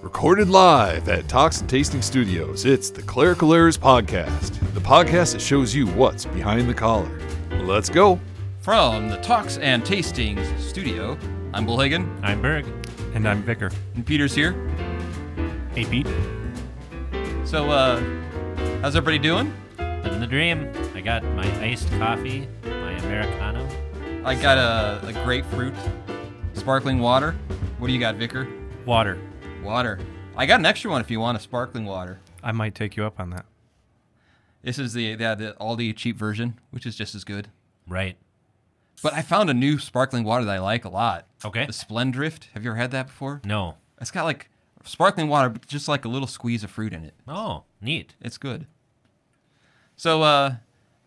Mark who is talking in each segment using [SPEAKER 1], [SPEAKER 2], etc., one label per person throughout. [SPEAKER 1] Recorded live at Talks and Tasting Studios, it's the Clerical Errors Podcast, the podcast that shows you what's behind the collar. Let's go.
[SPEAKER 2] From the Talks and Tastings studio, I'm Bill Hagen,
[SPEAKER 3] I'm Berg. And I'm Vicker.
[SPEAKER 2] and Peter's here.
[SPEAKER 3] Hey, Pete.
[SPEAKER 2] So, uh, how's everybody doing?
[SPEAKER 3] Living the dream. I got my iced coffee, my Americano.
[SPEAKER 2] I got a, a grapefruit, sparkling water. What do you got, Vicar?
[SPEAKER 3] Water.
[SPEAKER 2] Water. I got an extra one if you want a sparkling water.
[SPEAKER 4] I might take you up on that.
[SPEAKER 2] This is the, the, the Aldi cheap version, which is just as good.
[SPEAKER 3] Right.
[SPEAKER 2] But I found a new sparkling water that I like a lot.
[SPEAKER 3] Okay.
[SPEAKER 2] The Splendrift. Have you ever had that before?
[SPEAKER 3] No.
[SPEAKER 2] It's got like sparkling water, but just like a little squeeze of fruit in it.
[SPEAKER 3] Oh, neat.
[SPEAKER 2] It's good. So uh,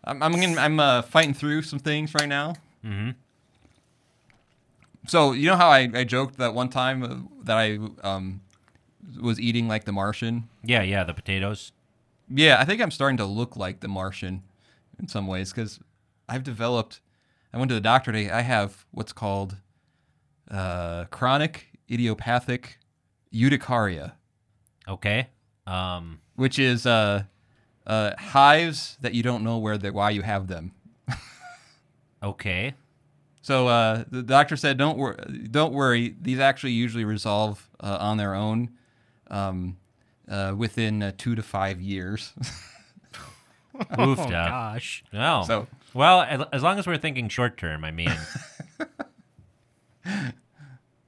[SPEAKER 2] I'm I'm, gonna, I'm uh, fighting through some things right now. Mm-hmm. So you know how I, I joked that one time uh, that I um, was eating like the Martian.
[SPEAKER 3] Yeah, yeah, the potatoes.
[SPEAKER 2] Yeah, I think I'm starting to look like the Martian in some ways because I've developed. I went to the doctor today. I have what's called uh, chronic idiopathic urticaria.
[SPEAKER 3] Okay. Um,
[SPEAKER 2] which is uh, uh, hives that you don't know where they why you have them.
[SPEAKER 3] okay.
[SPEAKER 2] So uh, the doctor said, don't wor- don't worry. These actually usually resolve uh, on their own um, uh, within uh, two to five years.
[SPEAKER 3] Oofed oh, gosh. No.
[SPEAKER 2] So-
[SPEAKER 3] well, as, as long as we're thinking short term, I mean,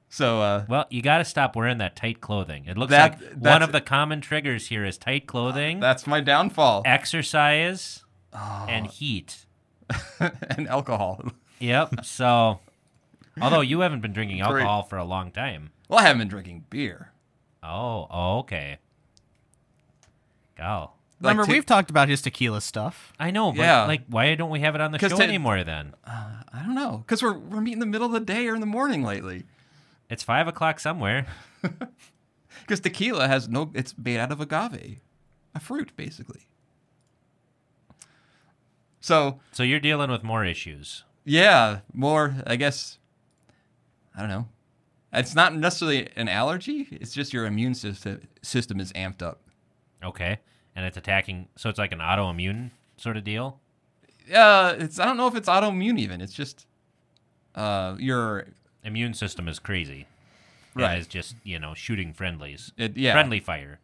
[SPEAKER 2] so uh,
[SPEAKER 3] well, you got to stop wearing that tight clothing. It looks
[SPEAKER 2] That-
[SPEAKER 3] like one
[SPEAKER 2] that's-
[SPEAKER 3] of the common triggers here is tight clothing,
[SPEAKER 2] that's my downfall
[SPEAKER 3] exercise,
[SPEAKER 2] Oh.
[SPEAKER 3] and heat.
[SPEAKER 2] and alcohol.
[SPEAKER 3] Yep. So, although you haven't been drinking
[SPEAKER 2] Great.
[SPEAKER 3] alcohol for a long time.
[SPEAKER 2] Well, I haven't been drinking beer.
[SPEAKER 3] Oh, oh, okay. Go.
[SPEAKER 2] Like
[SPEAKER 5] Remember,
[SPEAKER 2] two-
[SPEAKER 5] we've talked about his tequila stuff.
[SPEAKER 3] I know, but
[SPEAKER 2] Yeah.
[SPEAKER 3] like, why don't we have it on the
[SPEAKER 2] 'Cause
[SPEAKER 3] show
[SPEAKER 2] to-
[SPEAKER 3] anymore then?
[SPEAKER 2] I don't know because we're we're meeting in the middle of the day or in the morning lately.
[SPEAKER 3] It's five o'clock somewhere.
[SPEAKER 2] Because tequila has no, it's made out of agave, a fruit basically. So
[SPEAKER 3] So you're dealing with more issues.
[SPEAKER 2] yeah, more I guess. I don't know. It's not necessarily an allergy. It's just your immune system system is amped up.
[SPEAKER 3] Okay. And it's attacking, so it's like an autoimmune sort of deal.
[SPEAKER 2] Uh, it's I don't know if it's autoimmune even. It's just, uh, your
[SPEAKER 3] Immune system is crazy.
[SPEAKER 2] Right.
[SPEAKER 3] It's just, you know, shooting friendlies.
[SPEAKER 2] it, yeah
[SPEAKER 3] Friendly fire,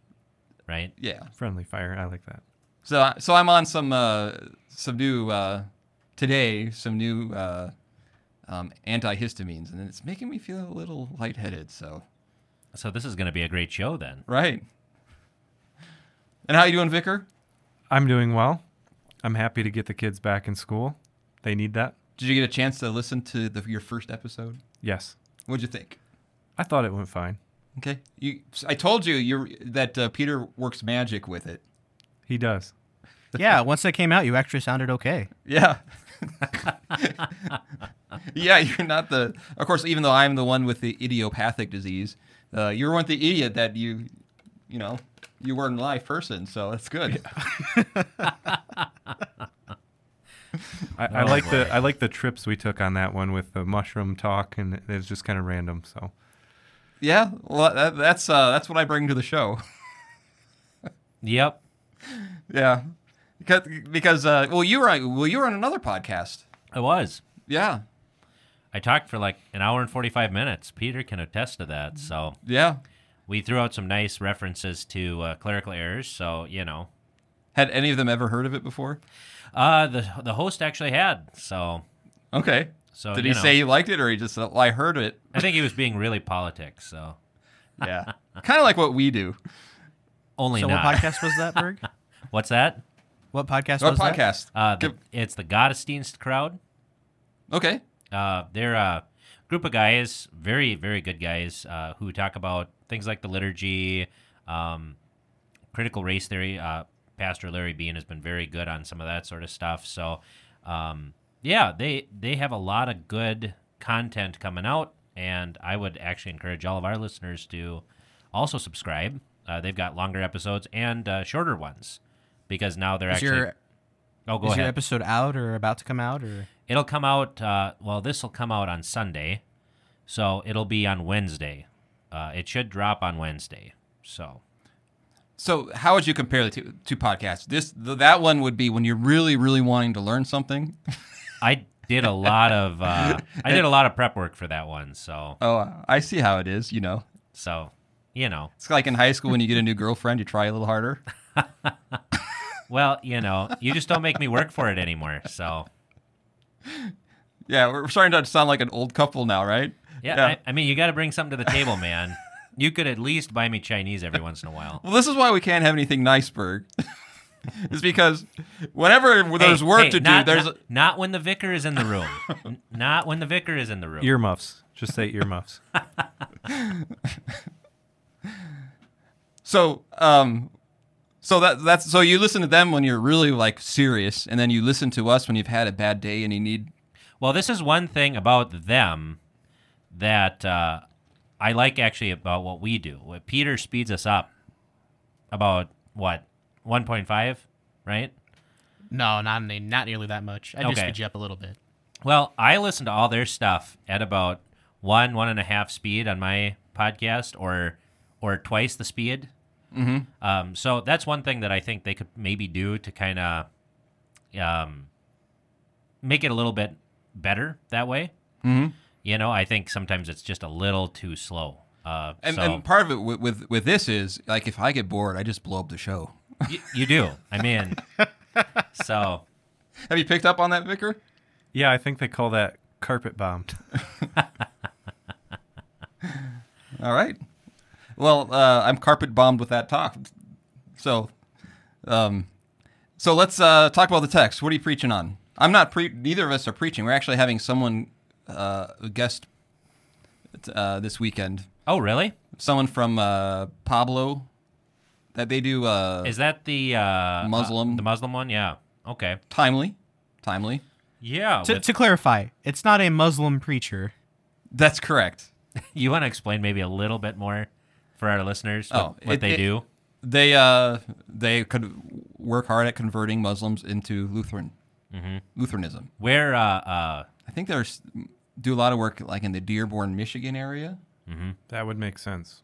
[SPEAKER 3] right?
[SPEAKER 2] yeah.
[SPEAKER 4] Friendly fire. I like that.
[SPEAKER 2] So so I'm on some uh, some new uh, today some new uh, um, antihistamines and it's making me feel a little lightheaded. So
[SPEAKER 3] So this is going to be a great show then.
[SPEAKER 2] right. And how you doing, Vicar?
[SPEAKER 4] I'm doing well. I'm happy to get the kids back in school. They need that.
[SPEAKER 2] Did you get a chance to listen to the, your first episode?
[SPEAKER 4] Yes.
[SPEAKER 2] What'd you think?
[SPEAKER 4] I thought it went fine.
[SPEAKER 2] Okay, you. I told you you that uh, Peter works magic with it.
[SPEAKER 4] He does.
[SPEAKER 5] yeah, once that came out, you actually sounded okay.
[SPEAKER 2] Yeah. yeah, you're not the. Of course, even though I'm the one with the idiopathic disease, uh, you weren't the idiot that you, you know, you were in life person. So that's good.
[SPEAKER 4] I, I
[SPEAKER 3] Oh,
[SPEAKER 4] like
[SPEAKER 3] boy.
[SPEAKER 4] the I like the trips we took on that one with the mushroom talk, and it was just kind of random. So
[SPEAKER 2] Yeah, well, that, that's uh, that's what I bring to the show.
[SPEAKER 3] Yep.
[SPEAKER 2] yeah, because because uh, well, you were on, well, you were on another podcast.
[SPEAKER 3] It was.
[SPEAKER 2] Yeah,
[SPEAKER 3] I talked for like an hour and 45 minutes. Peter can attest to that. So
[SPEAKER 2] yeah.
[SPEAKER 3] we threw out some nice references to uh, clerical errors. So, you know,
[SPEAKER 2] Had any of them ever heard of it before?
[SPEAKER 3] Uh, the the host actually had. So
[SPEAKER 2] Okay.
[SPEAKER 3] So,
[SPEAKER 2] did
[SPEAKER 3] you
[SPEAKER 2] he
[SPEAKER 3] know.
[SPEAKER 2] say he liked it, or he just said, well, I heard it?
[SPEAKER 3] I think he was being really politic. So
[SPEAKER 2] Yeah, kind of like what we do.
[SPEAKER 3] only
[SPEAKER 5] So,
[SPEAKER 3] not.
[SPEAKER 5] what podcast was that, Berg?
[SPEAKER 3] What's that?
[SPEAKER 5] What podcast
[SPEAKER 2] Our
[SPEAKER 5] was that?
[SPEAKER 2] podcast.
[SPEAKER 3] Uh, the,
[SPEAKER 2] Give-
[SPEAKER 3] it's the Gottesdienst crowd.
[SPEAKER 2] Okay.
[SPEAKER 3] Uh, they're a group of guys, very very good guys, uh, who talk about things like the liturgy, um, critical race theory. Uh, Pastor Larry Bean has been very good on some of that sort of stuff. So, um, yeah, they they have a lot of good content coming out, and I would actually encourage all of our listeners to also subscribe. Uh, they've got longer episodes and uh, shorter ones because now they're
[SPEAKER 5] Is
[SPEAKER 3] actually.
[SPEAKER 5] your,
[SPEAKER 3] oh, go
[SPEAKER 5] is your
[SPEAKER 3] ahead.
[SPEAKER 5] episode out or about to come out? or
[SPEAKER 3] It'll come out. Uh, well, this will come out on Sunday, so it'll be on Wednesday. Uh, it should drop on Wednesday. So
[SPEAKER 2] So, how would you compare the two, two podcasts? This th that one would be when you're really, really wanting to learn something.
[SPEAKER 3] I did a lot of uh, I did a lot of prep work for that one. So
[SPEAKER 2] Oh, I see how it is. You know,
[SPEAKER 3] so you know,
[SPEAKER 2] it's like in high school when you get a new girlfriend, you try a little harder.
[SPEAKER 3] well, you know, you just don't make me work for it anymore. So
[SPEAKER 2] Yeah, we're starting to sound like an old couple now, right?
[SPEAKER 3] yeah, I, I mean, you got to bring something to the table, man. You could at least buy me Chinese every once in a while.
[SPEAKER 2] well, this is why we can't have anything nice, Berg. is because whenever there's
[SPEAKER 3] Hey,
[SPEAKER 2] work
[SPEAKER 3] hey,
[SPEAKER 2] to
[SPEAKER 3] not-
[SPEAKER 2] do, there's
[SPEAKER 3] not, not when the vicar is in the room. N- not when the vicar is in the room.
[SPEAKER 4] Earmuffs. Just say earmuffs.
[SPEAKER 2] So, um, so that that's so you listen to them when you're really like serious, and then you listen to us when you've had a bad day and you need.
[SPEAKER 3] Well, this is one thing about them that uh, I like actually about what we do. What Peter speeds us up about what 1.5, right?
[SPEAKER 5] No, not ne- not nearly that much. I just
[SPEAKER 3] Okay.
[SPEAKER 5] speed you up a little bit.
[SPEAKER 3] Well, I listen to all their stuff at about one, one and a half speed on my podcast, or or twice the speed. Mm-hmm. Um, so that's one thing that I think they could maybe do to kind of um, make it a little bit better that way.
[SPEAKER 2] Mhm.
[SPEAKER 3] You know, I think sometimes it's just a little too slow. Uh,
[SPEAKER 2] And,
[SPEAKER 3] so
[SPEAKER 2] and part of it with, with with this is like if I get bored, I just blow up the show.
[SPEAKER 3] y- you do. I mean, so
[SPEAKER 2] Have you picked up on that, Vicar?
[SPEAKER 4] Yeah, I think they call that carpet bombed.
[SPEAKER 2] All right. Well, uh, I'm carpet bombed with that talk. So, um, so let's uh, talk about the text. What are you preaching on? I'm not pre. Neither of us are preaching. We're actually having someone uh, a guest uh, this weekend.
[SPEAKER 3] oh really?
[SPEAKER 2] someone from uh, Pablo that they do uh,
[SPEAKER 3] Is that the uh,
[SPEAKER 2] Muslim.
[SPEAKER 3] the Muslim one? Yeah. Okay.
[SPEAKER 2] timely, timely.
[SPEAKER 3] Yeah.
[SPEAKER 5] To, to clarify, it's not a Muslim preacher.
[SPEAKER 2] That's correct.
[SPEAKER 3] You want to explain maybe a little bit more for our listeners what,
[SPEAKER 2] Oh,
[SPEAKER 3] what
[SPEAKER 2] it-
[SPEAKER 3] they
[SPEAKER 2] it-
[SPEAKER 3] do?
[SPEAKER 2] They uh, they could work hard at converting Muslims into Lutheran Mm-hmm. Lutheranism.
[SPEAKER 3] Where uh, uh,
[SPEAKER 2] I think there's do a lot of work like in the Dearborn, Michigan area.
[SPEAKER 4] That would make sense.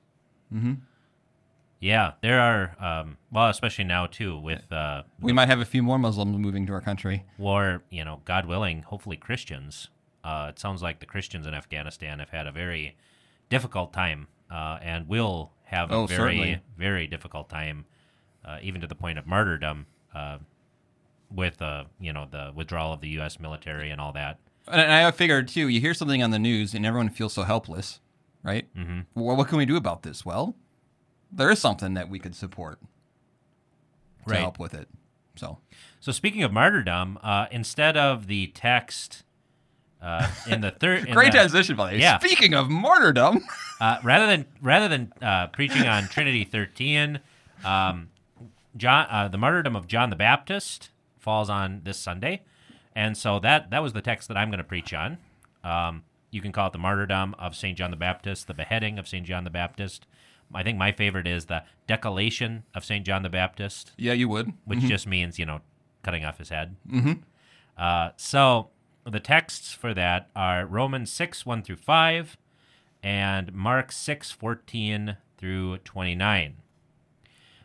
[SPEAKER 3] yeah, there are um, well, especially now too with uh,
[SPEAKER 2] We might have a few more Muslims moving to our country.
[SPEAKER 3] war. You know, God willing, hopefully Christians. Uh, it sounds like the Christians in Afghanistan have had a very difficult time, uh, and will have a
[SPEAKER 2] Oh,
[SPEAKER 3] very
[SPEAKER 2] certainly.
[SPEAKER 3] very difficult time, uh, even to the point of martyrdom. Uh, with uh, you know the withdrawal of the U.S. military and all that.
[SPEAKER 2] And and I figured too, you hear something on the news and everyone feels so helpless, right? Mm-hmm. Well, what can we do about this? Well, there is something that we could support to
[SPEAKER 3] Right.
[SPEAKER 2] help with it. So
[SPEAKER 3] So speaking of martyrdom, uh, instead of the text uh, in the third, in
[SPEAKER 2] Great
[SPEAKER 3] the-
[SPEAKER 2] transition, by the way.
[SPEAKER 3] Yeah.
[SPEAKER 2] Speaking of martyrdom,
[SPEAKER 3] uh, rather than rather than uh, preaching on Trinity thirteen, um, John, uh, the martyrdom of John the Baptist falls on this Sunday, and so that that was the text that I'm going to preach on. Um, you can call it the martyrdom of Saint John the Baptist, the beheading of Saint John the Baptist. I think my favorite is the decollation of Saint John the Baptist
[SPEAKER 2] yeah, you would.
[SPEAKER 3] which just means you know cutting off his head. Mm-hmm. Uh, so the texts for that are Romans six one through five, and Mark six fourteen through twenty nine.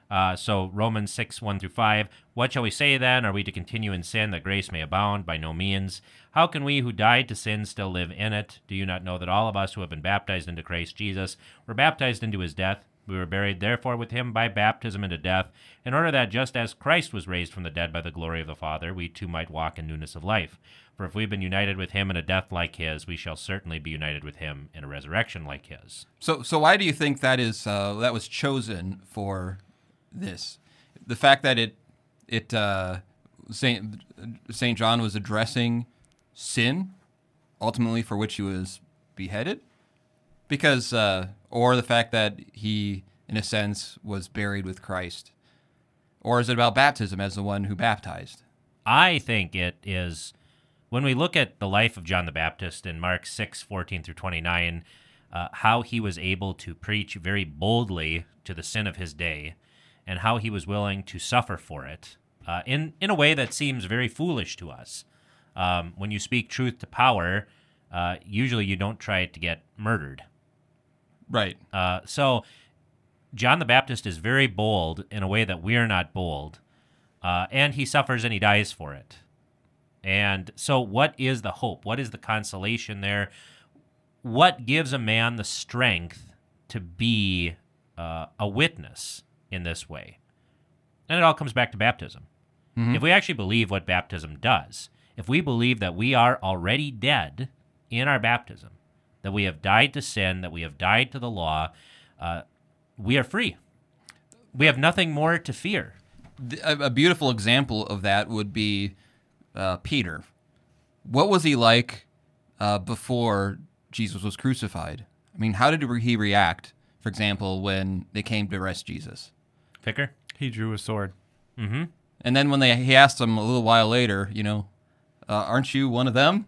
[SPEAKER 3] Uh, so Romans 6, 1 through 5. What shall we say then? Are we to continue in sin that grace may abound? By no means. How can we who died to sin still live in it? Do you not know that all of us who have been baptized into Christ Jesus were baptized into his death? We were buried therefore with him by baptism into death, in order that just as Christ was raised from the dead by the glory of the Father, we too might walk in newness of life. For if we've been united with him in a death like his, we shall certainly be united with him in a resurrection like his.
[SPEAKER 2] So, so why do you think that is? Uh, that was chosen for this. The fact that it, it uh, Saint Saint John was addressing sin, ultimately for which he was beheaded, because uh, or the fact that he, in a sense, was buried with Christ, or is it about baptism as the one who baptized?
[SPEAKER 3] I think it is when we look at the life of John the Baptist in Mark 6 14 through 29, uh, how he was able to preach very boldly to the sin of his day and how he was willing to suffer for it uh, in, in a way that seems very foolish to us. Um, when you speak truth to power, uh, usually you don't try to get murdered.
[SPEAKER 2] Right.
[SPEAKER 3] Uh, so John the Baptist is very bold in a way that we are not bold, uh, and he suffers and he dies for it. And so, what is the hope? What is the consolation there? What gives a man the strength to be uh, a witness in this way? And it all comes back to baptism. If we actually believe what baptism does, if we believe that we are already dead in our baptism, that we have died to sin, that we have died to the law, uh, we are free. We have nothing more to fear.
[SPEAKER 2] Th- A, a beautiful example of that would be uh, Peter. What was he like uh, before Jesus was crucified? I mean, how did he react, for example, when they came to arrest Jesus?
[SPEAKER 3] Vicar?
[SPEAKER 4] He drew a sword.
[SPEAKER 2] And then when they he asked him a little while later, you know, uh, aren't you one of them?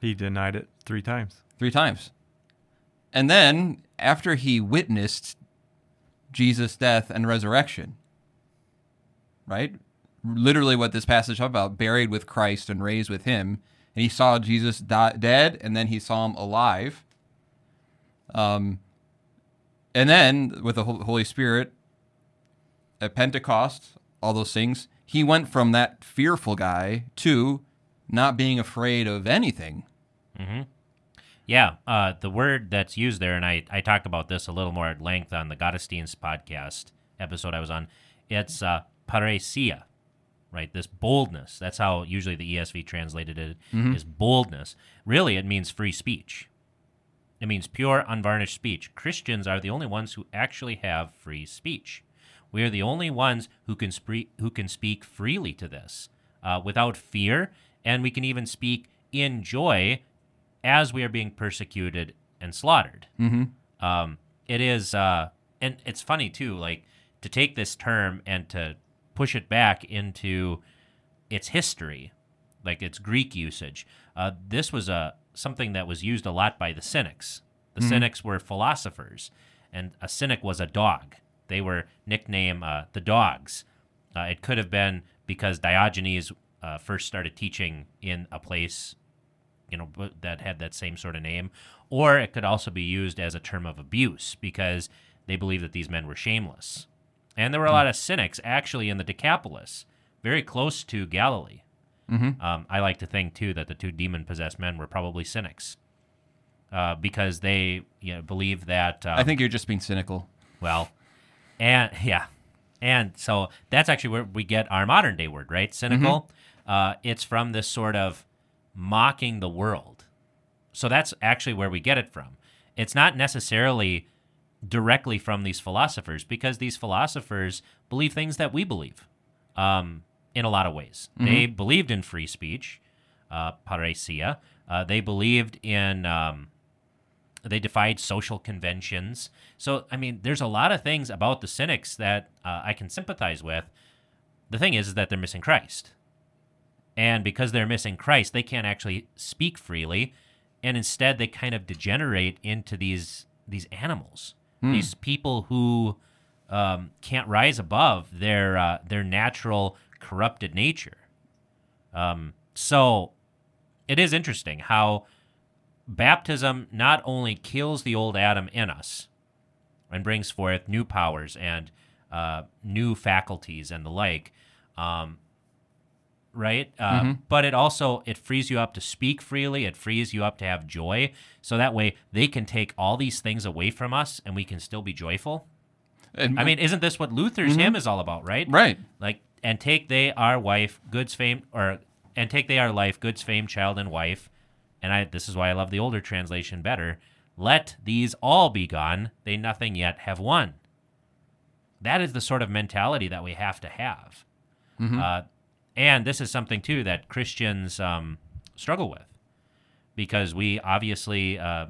[SPEAKER 4] He denied it three times.
[SPEAKER 2] Three times. And then after he witnessed Jesus' death and resurrection, right? Literally what this passage talks about, buried with Christ and raised with him, and he saw Jesus di- dead and then he saw him alive. Um and then with the Hol- Holy Spirit at Pentecost, all those things, he went from that fearful guy to not being afraid of anything.
[SPEAKER 3] Yeah, uh, the word that's used there, and I, I talked about this a little more at length on the Gottesdienst podcast episode I was on. It's uh, paresia, right? This boldness. That's how usually the ESV translated it is boldness. Really, it means free speech. It means pure, unvarnished speech. Christians are the only ones who actually have free speech. We are the only ones who can spree- who can speak freely to this uh, without fear, and we can even speak in joy as we are being persecuted and slaughtered. Mm-hmm. Um, it is, uh, and it's funny too, like to take this term and to push it back into its history, like its Greek usage. Uh, this was a something that was used a lot by the Cynics. The Cynics were philosophers, and a Cynic was a dog. They were nicknamed uh, the Dogs. Uh, it could have been because Diogenes uh, first started teaching in a place you know bu- that had that same sort of name or it could also be used as a term of abuse because they believed that these men were shameless and there were a lot of cynics actually in the decapolis very close to galilee um, i like to think too that the two demon possessed men were probably cynics uh, because they you know, believed that um,
[SPEAKER 2] I think you're just being cynical.
[SPEAKER 3] well, and yeah, and so that's actually where we get our modern day word, right? Cynical. Uh, it's from this sort of mocking the world. So that's actually where we get it from. It's not necessarily directly from these philosophers because these philosophers believe things that we believe um, in a lot of ways. They believed in free speech, uh, paresia. Uh, they believed in um, they defied social conventions. So, I mean, there's a lot of things about the cynics that uh, I can sympathize with. The thing is, is that they're missing Christ. And because they're missing Christ, they can't actually speak freely. And instead, they kind of degenerate into these these animals, these people who um, can't rise above their uh, their natural corrupted nature. Um, so, it is interesting how baptism not only kills the old Adam in us and brings forth new powers and uh, new faculties and the like, um, right? Uh, But it also it frees you up to speak freely. It frees you up to have joy. So that way they can take all these things away from us and we can still be joyful.
[SPEAKER 2] And
[SPEAKER 3] I mean, isn't this what Luther's hymn is all about, right?
[SPEAKER 2] right.
[SPEAKER 3] like and take they our wife goods fame or and take they our life goods fame child and wife and i this is why i love the older translation better let these all be gone they nothing yet have won that is the sort of mentality that we have to have uh, and this is something too that christians um, struggle with because we obviously uh,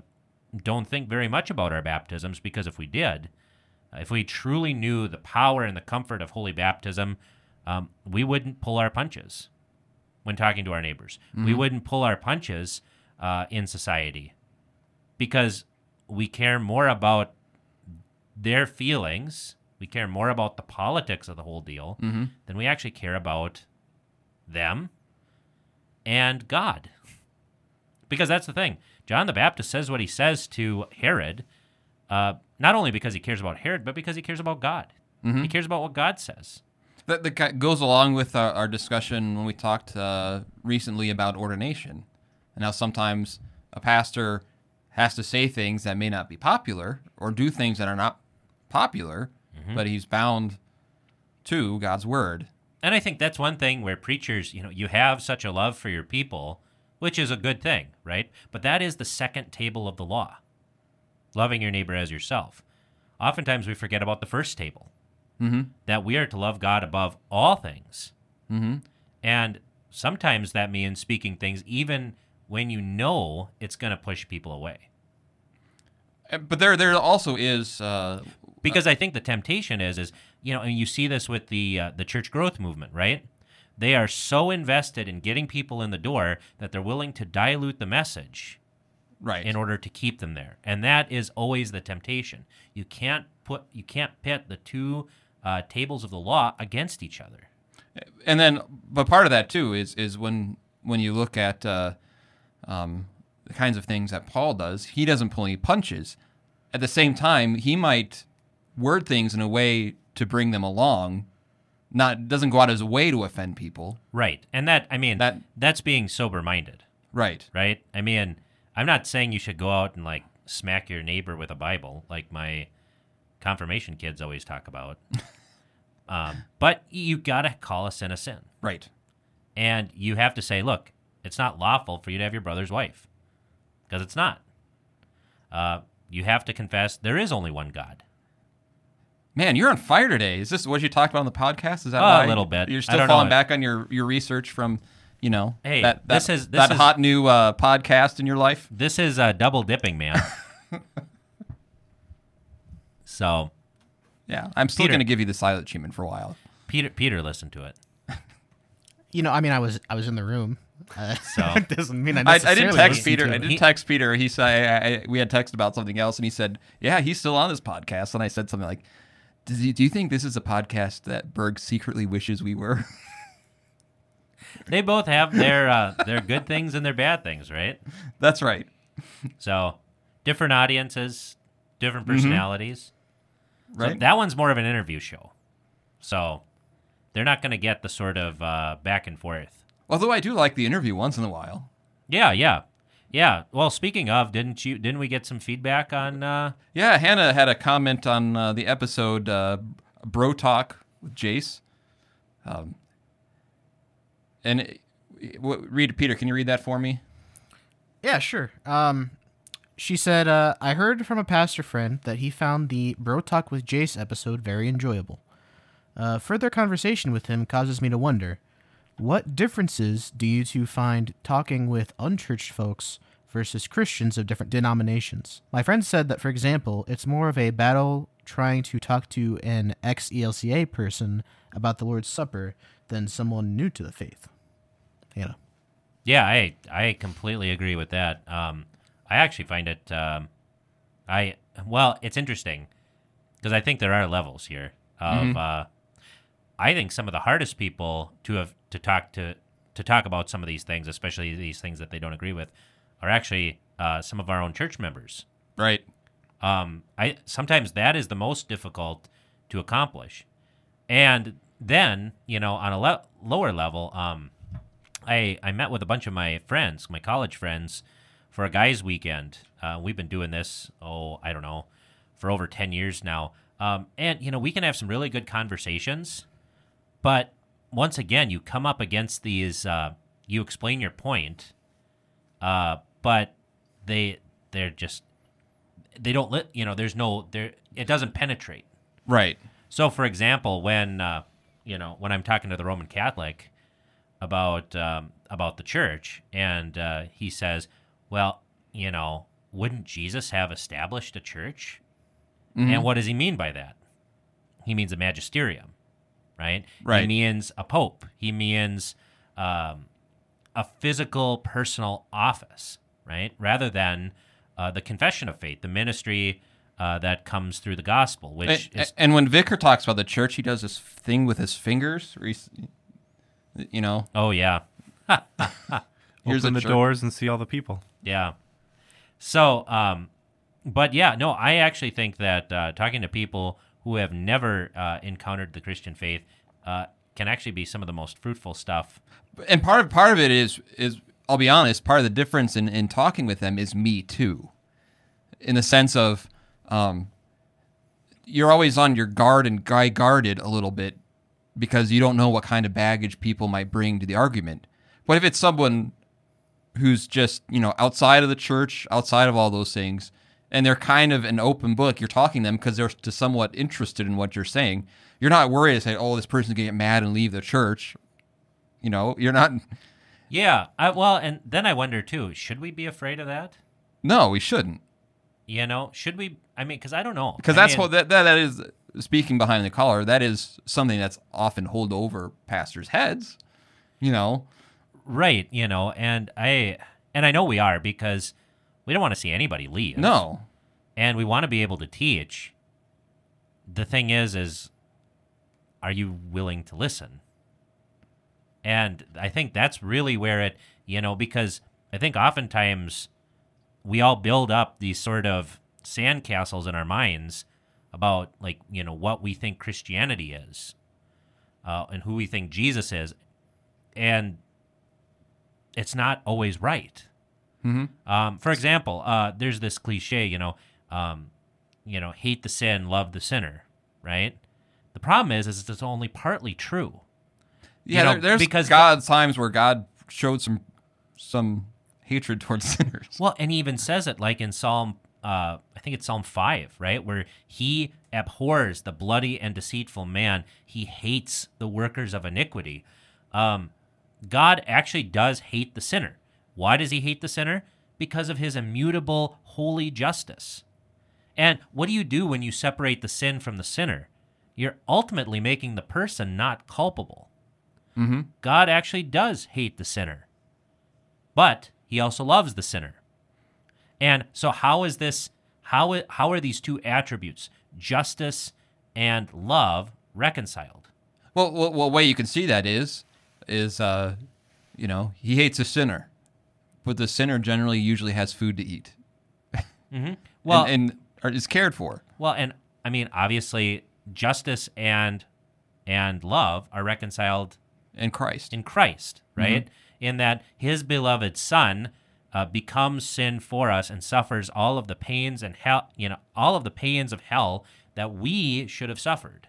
[SPEAKER 3] don't think very much about our baptisms because if we did Uh, if we truly knew the power and the comfort of holy baptism, um, we wouldn't pull our punches when talking to our neighbors. We wouldn't pull our punches uh, in society because we care more about their feelings. We care more about the politics of the whole deal than we actually care about them and God. Because that's the thing. John the Baptist says what he says to Herod Uh, not only because he cares about Herod, but because he cares about God. He cares about what God says.
[SPEAKER 2] That, that ki- goes along with uh, our, our discussion when we talked uh, recently about ordination, and how sometimes a pastor has to say things that may not be popular or do things that are not popular,
[SPEAKER 3] Mm-hmm.
[SPEAKER 2] but he's bound to God's word.
[SPEAKER 3] And I think that's one thing where preachers, you know, you have such a love for your people, which is a good thing, right? But that is the second table of the law loving your neighbor as yourself. Oftentimes we forget about the first table that we are to love God above all things. Mm-hmm. And sometimes that means speaking things even when you know it's going to push people away.
[SPEAKER 2] Uh, But there, there also is uh,
[SPEAKER 3] because I think the temptation is is you know, and you see this with the uh, the church growth movement, right? They are so invested in getting people in the door that they're willing to dilute the message
[SPEAKER 2] right.
[SPEAKER 3] in order to keep them there, and that is always the temptation. You can't put you can't pit the two uh, tables of the law against each other.
[SPEAKER 2] and then but part of that too is is when when you look at uh, um, the kinds of things that Paul does, he doesn't pull any punches. At the same time, he might word things in a way to bring them along. Not doesn't go out of his way to offend people.
[SPEAKER 3] Right, and that I mean
[SPEAKER 2] That-
[SPEAKER 3] that's being sober minded,
[SPEAKER 2] Right.
[SPEAKER 3] right? I mean, I'm not saying you should go out and like smack your neighbor with a Bible, like my confirmation kids always talk about. um, but you gotta call a sin a sin,
[SPEAKER 2] Right.
[SPEAKER 3] and you have to say, look, it's not lawful for you to have your brother's wife, because it's not. Uh, you have to confess there is only one God.
[SPEAKER 2] Man, you're on fire today. Is this what you talked about on the podcast? Is that
[SPEAKER 3] Oh, a
[SPEAKER 2] why
[SPEAKER 3] little bit.
[SPEAKER 2] You're
[SPEAKER 3] I
[SPEAKER 2] still
[SPEAKER 3] don't know
[SPEAKER 2] falling
[SPEAKER 3] it.
[SPEAKER 2] back on your your research from you know
[SPEAKER 3] Hey,
[SPEAKER 2] that, that
[SPEAKER 3] this is- this
[SPEAKER 2] that
[SPEAKER 3] is-
[SPEAKER 2] hot new uh, podcast in your life.
[SPEAKER 3] This is uh, double dipping, man. so
[SPEAKER 2] Yeah, I'm still
[SPEAKER 3] Peter.
[SPEAKER 2] going to give you the silent treatment for a while.
[SPEAKER 3] Peter, Peter, listened to it.
[SPEAKER 5] You know, I mean, I was I was in the room. Uh,
[SPEAKER 3] So-
[SPEAKER 5] it doesn't mean
[SPEAKER 2] I,
[SPEAKER 5] I
[SPEAKER 2] I
[SPEAKER 5] necessarily
[SPEAKER 2] did text
[SPEAKER 5] listened
[SPEAKER 2] Peter.
[SPEAKER 5] to
[SPEAKER 2] I
[SPEAKER 5] it.
[SPEAKER 2] did
[SPEAKER 3] He-
[SPEAKER 2] text Peter. He said I, I, we had text about something else, and he said, "Yeah, he's still on this podcast." And I said something like, "Do you, do you think this is a podcast that Berg secretly wishes we were?"
[SPEAKER 3] They both have their uh, their good things and their bad things, right?
[SPEAKER 2] That's right.
[SPEAKER 3] So different audiences, different personalities. So
[SPEAKER 2] Right.
[SPEAKER 3] that one's more of an interview show. So they're not going to get the sort of uh, back and forth.
[SPEAKER 2] Although I do like the interview once in a while.
[SPEAKER 3] Yeah, yeah, yeah. Well, speaking of, didn't you? Didn't we get some feedback on? Uh,
[SPEAKER 2] Yeah, Hannah had a comment on uh, the episode uh, "Bro Talk" with Jace, um, and it, w- read Peter. Can you read that for me?
[SPEAKER 5] Yeah, sure. Um, she said, uh, I heard from a pastor friend that he found the Bro Talk with Jace episode very enjoyable. Uh, further conversation with him causes me to wonder what differences do you two find talking with unchurched folks versus Christians of different denominations? My friend said that, for example, it's more of a battle trying to talk to an ex ELCA person about the Lord's Supper than someone new to the faith. Hannah.
[SPEAKER 3] yeah, I I completely agree with that. Um, I actually find it. Um, I well, it's interesting because I think there are levels here of. Uh, I think some of the hardest people to have to talk to to talk about some of these things, especially these things that they don't agree with, are actually uh, some of our own church members.
[SPEAKER 2] Right.
[SPEAKER 3] Um, I sometimes that is the most difficult to accomplish, and then you know on a le- lower level, um, I I met with a bunch of my friends, my college friends, for a guys' weekend. Uh, we've been doing this oh I don't know for over ten years now, um, and you know we can have some really good conversations, but once again you come up against these. Uh, you explain your point, uh, but they they're just they don't let you know there's no there it doesn't penetrate
[SPEAKER 2] Right.
[SPEAKER 3] so for example when uh, you know when i'm talking to the roman catholic about um, about the church and uh, he says well you know wouldn't jesus have established a church and what does he mean by that he means a magisterium right he
[SPEAKER 2] Right.
[SPEAKER 3] means a pope he means um, a physical personal office, right? Rather than uh, the confession of faith, the ministry uh, that comes through the gospel, which
[SPEAKER 2] and,
[SPEAKER 3] is
[SPEAKER 2] and when Vicar talks about the church, he does this thing with his fingers. Where he's, you know,
[SPEAKER 3] oh yeah,
[SPEAKER 2] here's
[SPEAKER 4] Open
[SPEAKER 2] a
[SPEAKER 4] the
[SPEAKER 2] church.
[SPEAKER 4] doors and see all the people.
[SPEAKER 3] yeah. So um, but yeah, no, I actually think that uh, talking to people who have never uh, encountered the Christian faith uh, can actually be some of the most fruitful stuff.
[SPEAKER 2] and part of part of it is is I'll be honest, part of the difference in, in talking with them is me too, in the sense of um, you're always on your guard and guy guarded a little bit because you don't know what kind of baggage people might bring to the argument. But if it's someone who's just you know outside of the church, outside of all those things, and they're kind of an open book. You're talking to them because they're to somewhat interested in what you're saying. You're not worried to say, "Oh, this person's gonna get mad and leave the church." You know, you're not.
[SPEAKER 3] Yeah, I, well, and then I wonder too: should we be afraid of that?
[SPEAKER 2] No, we shouldn't,
[SPEAKER 3] You know, should we? I mean, because I don't know.
[SPEAKER 2] because
[SPEAKER 3] I
[SPEAKER 2] that's
[SPEAKER 3] mean,
[SPEAKER 2] what that, that that is. Speaking behind the collar, that is something that's often hold over pastors' heads. You know,
[SPEAKER 3] right? You know, and I and I know we are because we don't want to see anybody leave.
[SPEAKER 2] no,
[SPEAKER 3] and we want to be able to teach. The thing is, is are you willing to listen? And I think that's really where it, you know, because I think oftentimes we all build up these sort of sandcastles in our minds about like you know what we think Christianity is, uh, and who we think Jesus is, and it's not always right. Um, for example, uh, there's this cliche, you know, um, you know, hate the sin, love the sinner, right? The problem is, is it's only partly true. You
[SPEAKER 2] yeah,
[SPEAKER 3] know,
[SPEAKER 2] there- there's because
[SPEAKER 3] because-
[SPEAKER 2] God times where God showed some some hatred towards sinners.
[SPEAKER 3] Well, and he even says it like in Psalm, uh, I think it's Psalm five, right, where he abhors the bloody and deceitful man. He hates the workers of iniquity. Um, God actually does hate the sinner. Why does he hate the sinner? Because of his immutable holy justice. And what do you do when you separate the sin from the sinner? You're ultimately making the person not culpable. God actually does hate the sinner, but he also loves the sinner. And so, how is this? How, i- how are these two attributes, justice and love, reconciled?
[SPEAKER 2] Well, well, well, way you can see that is, is uh, you know, he hates a sinner, but the sinner generally usually has food to eat.
[SPEAKER 3] Well,
[SPEAKER 2] and, and or is cared for.
[SPEAKER 3] Well, and I mean, obviously, justice and and love are reconciled
[SPEAKER 2] in Christ.
[SPEAKER 3] in Christ, right? In that His beloved Son uh, becomes sin for us and suffers all of the pains and hell, you know, all of the pains of hell that we should have suffered,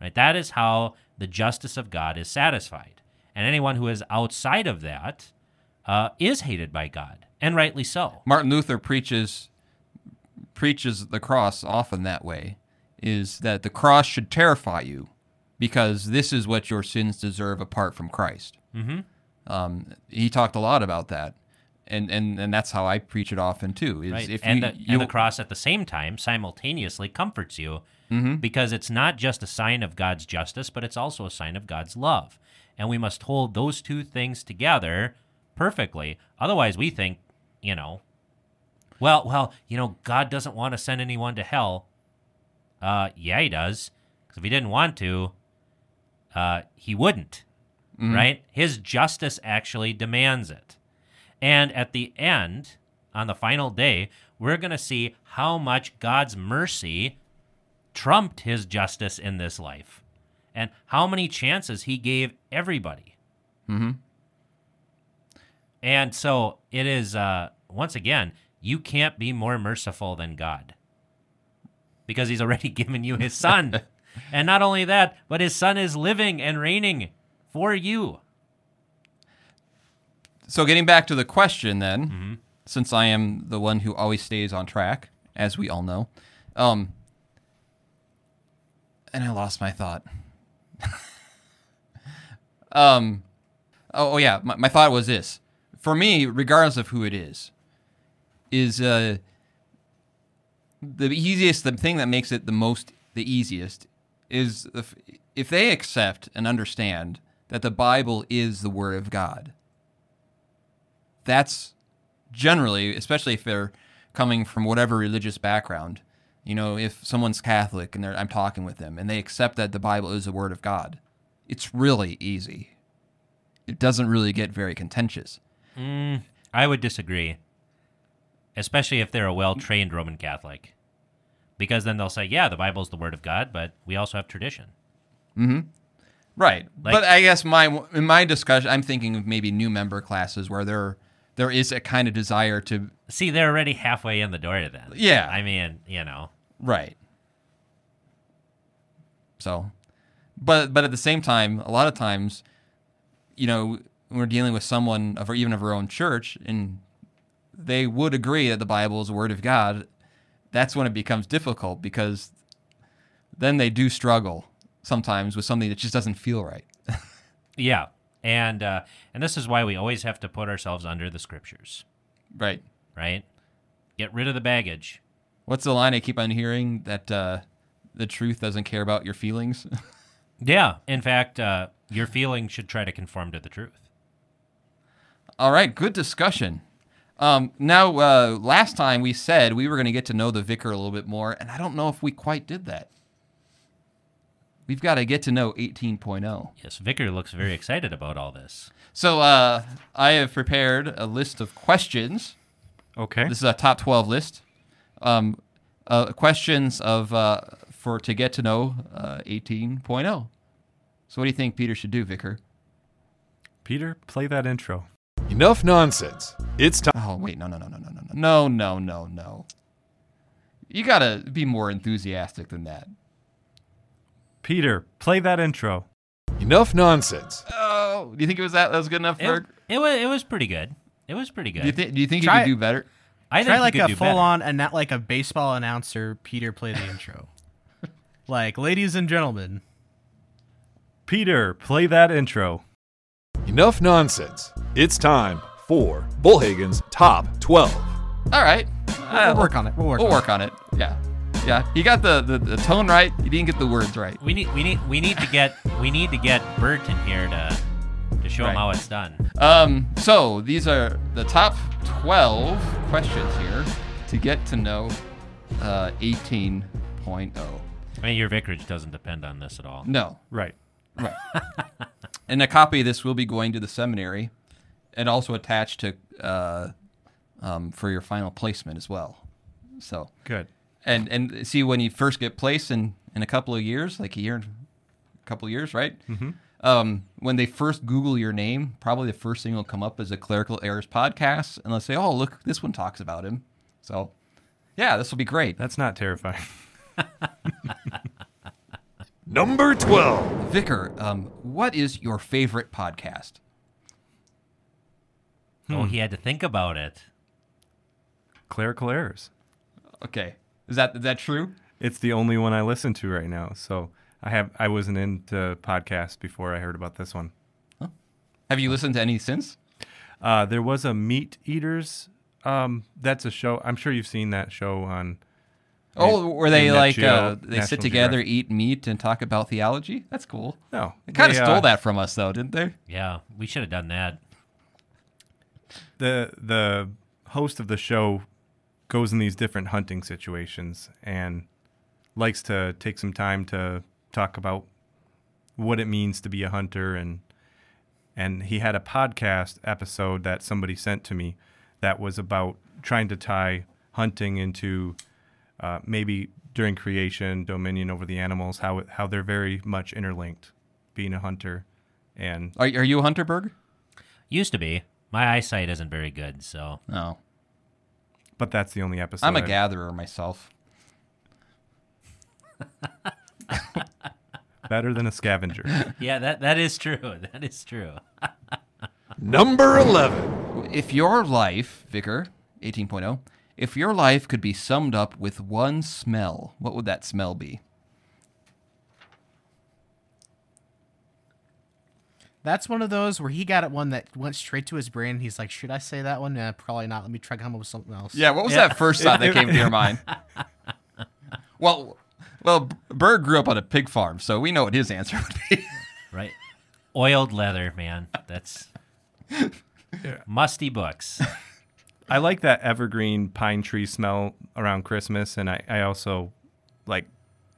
[SPEAKER 3] right? That is how the justice of God is satisfied, and anyone who is outside of that uh, is hated by God, and rightly so.
[SPEAKER 2] Martin Luther preaches preaches the cross often that way is that the cross should terrify you because this is what your sins deserve apart from Christ. Mm-hmm. Um, he talked a lot about that. And, and, and that's how I preach it often too. Is
[SPEAKER 3] Right.
[SPEAKER 2] if you,
[SPEAKER 3] and, the,
[SPEAKER 2] you
[SPEAKER 3] and the cross at the same time simultaneously comforts you
[SPEAKER 2] Mm-hmm.
[SPEAKER 3] because it's not just a sign of God's justice, but it's also a sign of God's love. And we must hold those two things together perfectly. Otherwise, we think, you know, well, well, you know, God doesn't want to send anyone to hell. Uh, yeah, he does. Because if he didn't want to, uh, he wouldn't,
[SPEAKER 2] Mm-hmm.
[SPEAKER 3] right? His justice actually demands it. And at the end, on the final day, we're going to see how much God's mercy trumped his justice in this life and how many chances he gave everybody. Mm-hmm. And so it is, uh, once again, you can't be more merciful than God because he's already given you his son. and not only that, but his son is living and reigning for you.
[SPEAKER 2] so getting back to the question then, since I am the one who always stays on track, as we all know, um, and I lost my thought. um, oh, oh yeah, my, my thought was this: for me, regardless of who it is, is uh, the easiest, the thing that makes it the most, the easiest, is if, if they accept and understand that the Bible is the Word of God that's generally, especially if they're coming from whatever religious background, you know, if someone's Catholic and they're, I'm talking with them and they accept that the Bible is the Word of God, it's really easy. It doesn't really get very contentious.
[SPEAKER 3] I would disagree. especially if they're a well trained Roman Catholic. Because then they'll say, yeah, the Bible's the word of God, but we also have tradition.
[SPEAKER 2] Right.
[SPEAKER 3] Like-
[SPEAKER 2] but I guess my in my discussion, I'm thinking of maybe new member classes where there there is a kind of desire to
[SPEAKER 3] See, they're already halfway in the door to that.
[SPEAKER 2] Yeah.
[SPEAKER 3] I mean, you know.
[SPEAKER 2] right. So, but but at the same time, a lot of times, you know, when we're dealing with someone of our, even of our own church, and they would agree that the Bible is the Word of God. That's when it becomes difficult because then they do struggle sometimes with something that just doesn't feel right.
[SPEAKER 3] Yeah. And uh, and this is why we always have to put ourselves under the scriptures,
[SPEAKER 2] Right.
[SPEAKER 3] right? Get rid of the baggage.
[SPEAKER 2] What's the line I keep on hearing that uh, the truth doesn't care about your feelings?
[SPEAKER 3] Yeah. In fact, uh, your feelings should try to conform to the truth.
[SPEAKER 2] All right, good discussion. Um, now, uh, last time we said we were going to get to know the vicar a little bit more, and I don't know if we quite did that. We've got to get to know 18.0.
[SPEAKER 3] Yes, Vicar looks very excited about all this.
[SPEAKER 2] So uh, I have prepared a list of questions.
[SPEAKER 4] Okay.
[SPEAKER 2] This is a top 12 list. Um, uh, questions of uh, for to get to know uh, 18.0. So what do you think Peter should do, vicar?
[SPEAKER 4] Peter, play that intro.
[SPEAKER 1] Enough nonsense. It's time.
[SPEAKER 2] Oh wait, no, no, no, no, no, no, no, no, no, no. You gotta be more enthusiastic than that.
[SPEAKER 4] Peter, play that intro.
[SPEAKER 1] Enough nonsense.
[SPEAKER 2] Oh, do you think it was that? That was good enough,
[SPEAKER 3] It,
[SPEAKER 2] Berg.
[SPEAKER 3] it was it was pretty good. It was pretty good.
[SPEAKER 2] Do you think? Do you think
[SPEAKER 5] Try
[SPEAKER 2] you
[SPEAKER 5] it.
[SPEAKER 2] could do better?
[SPEAKER 3] I think
[SPEAKER 5] Try
[SPEAKER 3] you
[SPEAKER 5] like
[SPEAKER 3] could
[SPEAKER 5] a
[SPEAKER 3] do
[SPEAKER 5] full
[SPEAKER 3] better.
[SPEAKER 5] on and not like a baseball announcer. Peter, play the intro. like, ladies and gentlemen,
[SPEAKER 4] Peter, play that intro.
[SPEAKER 1] Enough nonsense. It's time for Bullhagen's Top 12.
[SPEAKER 2] All right,
[SPEAKER 5] we'll work on it. We'll work.
[SPEAKER 2] Uh, We'll
[SPEAKER 5] on
[SPEAKER 2] work on it. Yeah, yeah. You got the, the the tone right. You didn't get the words right.
[SPEAKER 3] We need we need we need to get we need to get Bert in here to to show
[SPEAKER 2] Right.
[SPEAKER 3] him how it's done.
[SPEAKER 2] Um. So these are the top twelve questions here to get to know uh, 18.0.
[SPEAKER 3] I mean, your vicarage doesn't depend on this at all.
[SPEAKER 2] No,
[SPEAKER 4] Right.
[SPEAKER 2] Right. and a copy of this will be going to the seminary and also attached to uh, um, for your final placement as well. So,
[SPEAKER 4] Good.
[SPEAKER 2] and and see when you first get placed in in a couple of years, like a year, and a couple of years, right? Mm-hmm. Um, when they first Google your name, probably the first thing will come up is a clerical errors podcast, and they'll say, "Oh, look, this one talks about him." So, yeah, this will be great.
[SPEAKER 4] That's not terrifying.
[SPEAKER 1] Number 12.
[SPEAKER 2] Vicar, um, what is your favorite podcast?
[SPEAKER 4] Hmm.
[SPEAKER 3] Oh, he had to think about it.
[SPEAKER 4] Clerical errors.
[SPEAKER 2] Okay, is that is that true?
[SPEAKER 4] It's the only one I listen to right now. So I have I wasn't into podcasts before I heard about this one.
[SPEAKER 2] Have you listened to any since?
[SPEAKER 4] Uh, there was a Meat Eaters. Um, that's a show. I'm sure you've seen that show on.
[SPEAKER 2] Oh, were they
[SPEAKER 4] Nat
[SPEAKER 2] like
[SPEAKER 4] Geo,
[SPEAKER 2] uh, they sit
[SPEAKER 4] National
[SPEAKER 2] together, eat meat, and talk about theology? That's cool.
[SPEAKER 4] No,
[SPEAKER 2] They kind of
[SPEAKER 4] they, uh,
[SPEAKER 2] stole that from us, though, didn't they?
[SPEAKER 3] Yeah, we should have done that.
[SPEAKER 4] the the host of the show goes in these different hunting situations and likes to take some time to talk about what it means to be a hunter and and he had a podcast episode that somebody sent to me that was about trying to tie hunting into uh, maybe during creation dominion over the animals how it, how they're very much interlinked being a hunter and
[SPEAKER 2] Are, are you a Hunterberg?
[SPEAKER 3] Used to be. My eyesight isn't very good, so
[SPEAKER 2] No,
[SPEAKER 4] but that's the only episode
[SPEAKER 2] I'm a
[SPEAKER 4] I've-
[SPEAKER 2] gatherer myself.
[SPEAKER 4] better than a scavenger
[SPEAKER 3] yeah, that that is true. That is true.
[SPEAKER 1] Number 11.
[SPEAKER 2] If your life, Vicar, 18.0, if your life could be summed up with one smell, what would that smell be?
[SPEAKER 5] That's one of those where he got at one that went straight to his brain. He's like, should I say that one? Nah, probably not. Let me try to come up with something else.
[SPEAKER 2] Yeah, what was that first thought that came to your mind? well, well, Berg grew up on a pig farm, so we know what his answer would be.
[SPEAKER 3] Right. Oiled leather, man. That's musty books.
[SPEAKER 4] I like that evergreen pine tree smell around Christmas, and I, I also like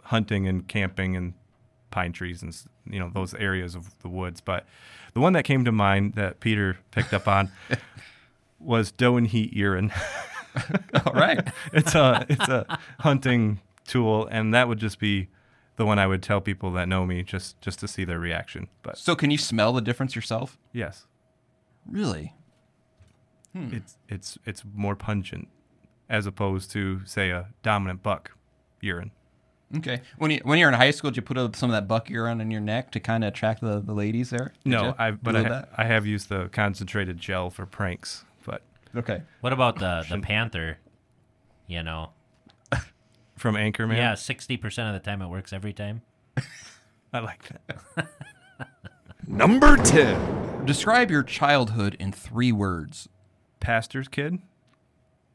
[SPEAKER 4] hunting and camping and pine trees and s- you know those areas of the woods. But the one that came to mind that Peter picked up on was doe and heat urine.
[SPEAKER 2] All right.
[SPEAKER 4] it's a it's a hunting tool, and that would just be the one I would tell people that know me just just to see their reaction. But
[SPEAKER 2] So can you smell the difference yourself?
[SPEAKER 4] yes,
[SPEAKER 2] Really?
[SPEAKER 4] it's it's it's more pungent as opposed to say a dominant buck urine.
[SPEAKER 2] Okay. When you when you're in high school, did you put up some of that buck urine in your neck to kind of attract the, the ladies there? Did
[SPEAKER 4] no,
[SPEAKER 2] ya?
[SPEAKER 4] I but
[SPEAKER 2] You
[SPEAKER 4] I,
[SPEAKER 2] did
[SPEAKER 4] ha- I have used the concentrated gel for pranks, but
[SPEAKER 2] that? okay.
[SPEAKER 3] What about the the panther? You know,
[SPEAKER 4] from Anchorman,
[SPEAKER 3] yeah, sixty percent of the time it works every time.
[SPEAKER 4] I like that.
[SPEAKER 1] Number 10.
[SPEAKER 2] Describe your childhood in three words.
[SPEAKER 4] Pastor's kid,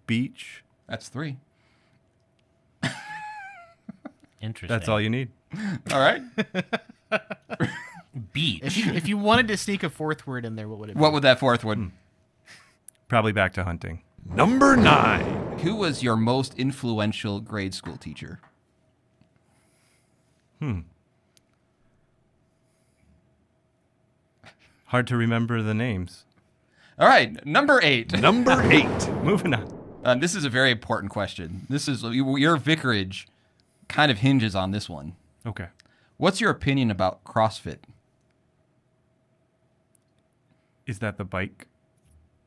[SPEAKER 4] beach.
[SPEAKER 2] That's three.
[SPEAKER 3] Interesting.
[SPEAKER 4] That's all you need.
[SPEAKER 2] All right.
[SPEAKER 5] If
[SPEAKER 3] Beach.
[SPEAKER 5] you, if you wanted to sneak a fourth word in there, what would it be?
[SPEAKER 2] what would that fourth one?
[SPEAKER 4] Probably back to hunting.
[SPEAKER 1] Number 9.
[SPEAKER 2] Who was your most influential grade school teacher?
[SPEAKER 4] Hard to remember the names.
[SPEAKER 2] All right. Number eight.
[SPEAKER 1] Number 8.
[SPEAKER 4] Moving on.
[SPEAKER 2] Um, this is a very important question. This is your vicarage kind of hinges on this one.
[SPEAKER 4] Okay.
[SPEAKER 2] What's your opinion about CrossFit?
[SPEAKER 4] Is that the bike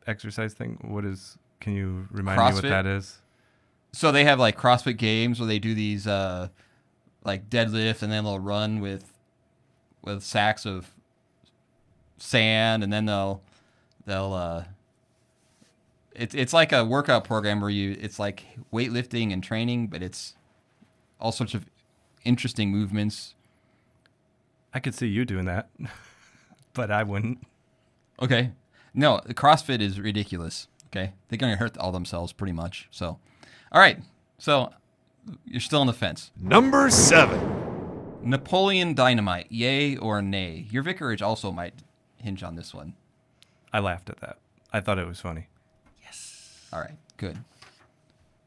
[SPEAKER 4] exercise thing? What is? Can you remind me
[SPEAKER 2] CrossFit?
[SPEAKER 4] what that is?
[SPEAKER 2] So they have like CrossFit games where they do these uh, like deadlift and then they'll run with with sacks of sand and then they'll they'll uh, it's it's like a workout program where you it's like weightlifting and training, but it's all sorts of interesting movements.
[SPEAKER 4] I could see you doing that, but I wouldn't.
[SPEAKER 2] Okay. No, CrossFit is ridiculous. Okay. They're going to hurt all themselves pretty much. So, all right. So, you're still on the fence.
[SPEAKER 1] Number 7.
[SPEAKER 2] Napoleon Dynamite, yay or nay? Your vicarage also might hinge on this one.
[SPEAKER 4] I laughed at that. I thought it was funny.
[SPEAKER 2] All right. Good.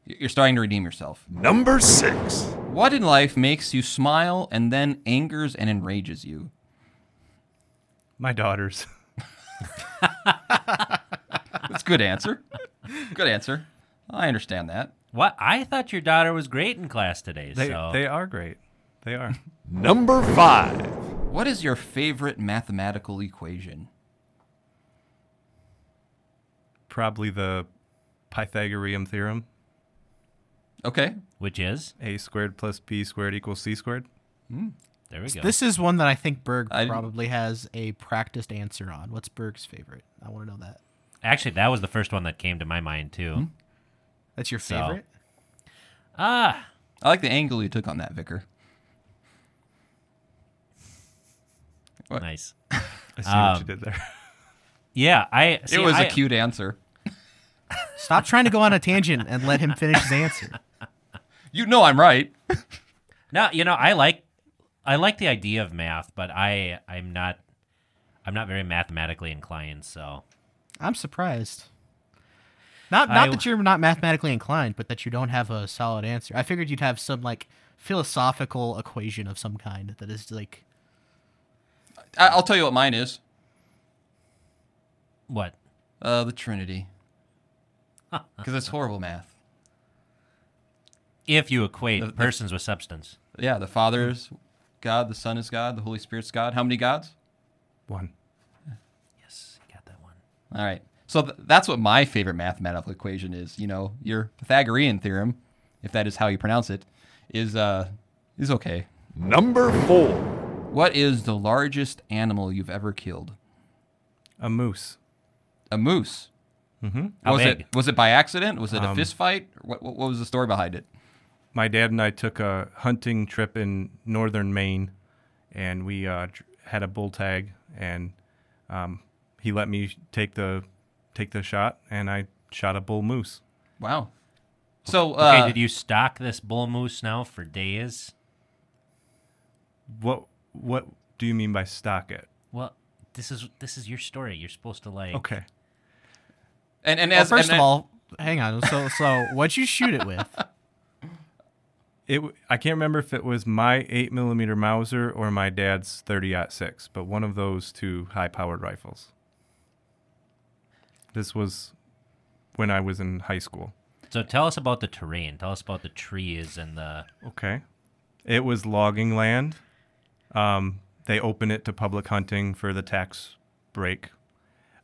[SPEAKER 2] Y- You're starting to redeem yourself.
[SPEAKER 1] Number 6.
[SPEAKER 2] What in life makes you smile and then angers and enrages you?
[SPEAKER 4] My daughters.
[SPEAKER 2] That's a good answer. good answer. I understand that.
[SPEAKER 3] What? I thought your daughter was great in class today.
[SPEAKER 4] They
[SPEAKER 3] so
[SPEAKER 4] they are great. They are.
[SPEAKER 1] Number 5.
[SPEAKER 2] What is your favorite mathematical equation?
[SPEAKER 4] Probably the Pythagorean theorem.
[SPEAKER 2] Okay.
[SPEAKER 3] which is
[SPEAKER 4] A squared plus B squared equals C squared.
[SPEAKER 3] there we go.
[SPEAKER 5] This is one that I think Berg
[SPEAKER 2] I-
[SPEAKER 5] probably has a practiced answer on. What's Berg's favorite? I want to know that.
[SPEAKER 3] Actually, that was the first one that came to my mind
[SPEAKER 2] Hmm?
[SPEAKER 3] too.
[SPEAKER 5] That's your
[SPEAKER 3] So-
[SPEAKER 5] favorite?
[SPEAKER 3] Ah,
[SPEAKER 2] I like the angle you took on that, Vicar. What?
[SPEAKER 3] nice.
[SPEAKER 4] I see what
[SPEAKER 3] Um,
[SPEAKER 4] you did there.
[SPEAKER 3] Yeah, I. see,
[SPEAKER 2] it was a
[SPEAKER 3] I-
[SPEAKER 2] cute answer.
[SPEAKER 5] Stop trying to go on a tangent and let him finish his answer.
[SPEAKER 2] You know I'm right.
[SPEAKER 3] No, you know, I like I like the idea of math, but I I'm not I'm not very mathematically inclined, so
[SPEAKER 5] I'm surprised. Not
[SPEAKER 3] I-
[SPEAKER 5] not that you're not mathematically inclined, but that you don't have a solid answer. I figured you'd have some like philosophical equation of some kind that is like
[SPEAKER 2] I- I'll tell you what mine is.
[SPEAKER 3] what?
[SPEAKER 2] Uh, the Trinity. Because it's horrible math.
[SPEAKER 3] If you equate
[SPEAKER 2] The- the-
[SPEAKER 3] persons with substance.
[SPEAKER 2] Yeah, the Father is God, the Son is God, the Holy Spirit's God. How many gods?
[SPEAKER 4] One.
[SPEAKER 3] Yes, got that one.
[SPEAKER 2] All right. So th- that's what my favorite mathematical equation is. You know, your Pythagorean theorem, if that is how you pronounce it, is uh is okay.
[SPEAKER 1] Number 4.
[SPEAKER 2] What is the largest animal you've ever killed?
[SPEAKER 4] A moose.
[SPEAKER 2] A moose.
[SPEAKER 3] How
[SPEAKER 2] was
[SPEAKER 3] big?
[SPEAKER 2] it was it by accident? Was it a
[SPEAKER 4] Um,
[SPEAKER 2] fist fight? Or What, what what was the story behind it?
[SPEAKER 4] my dad and I took a hunting trip in northern Maine, and we uh, dr- had a bull tag, and um, he let me take the take the shot, and I shot a bull moose.
[SPEAKER 2] Wow. So
[SPEAKER 3] Okay,
[SPEAKER 2] uh,
[SPEAKER 3] did you stock this bull moose now for days?
[SPEAKER 4] What what do you mean by stock it?
[SPEAKER 3] Well, this is this is your story. You're supposed to like
[SPEAKER 4] Okay,
[SPEAKER 2] and and
[SPEAKER 5] well,
[SPEAKER 2] as
[SPEAKER 5] first
[SPEAKER 2] and-
[SPEAKER 5] of all, hang on. So so what'd you shoot it with?
[SPEAKER 4] it w- I can't remember if it was my eight millimeter Mauser or my dad's thirty six, but one of those two high powered rifles. This was when I was in high school.
[SPEAKER 3] So tell us about the terrain. Tell us about the trees and the
[SPEAKER 4] Okay. It was logging land. Um, they open it to public hunting for the tax break.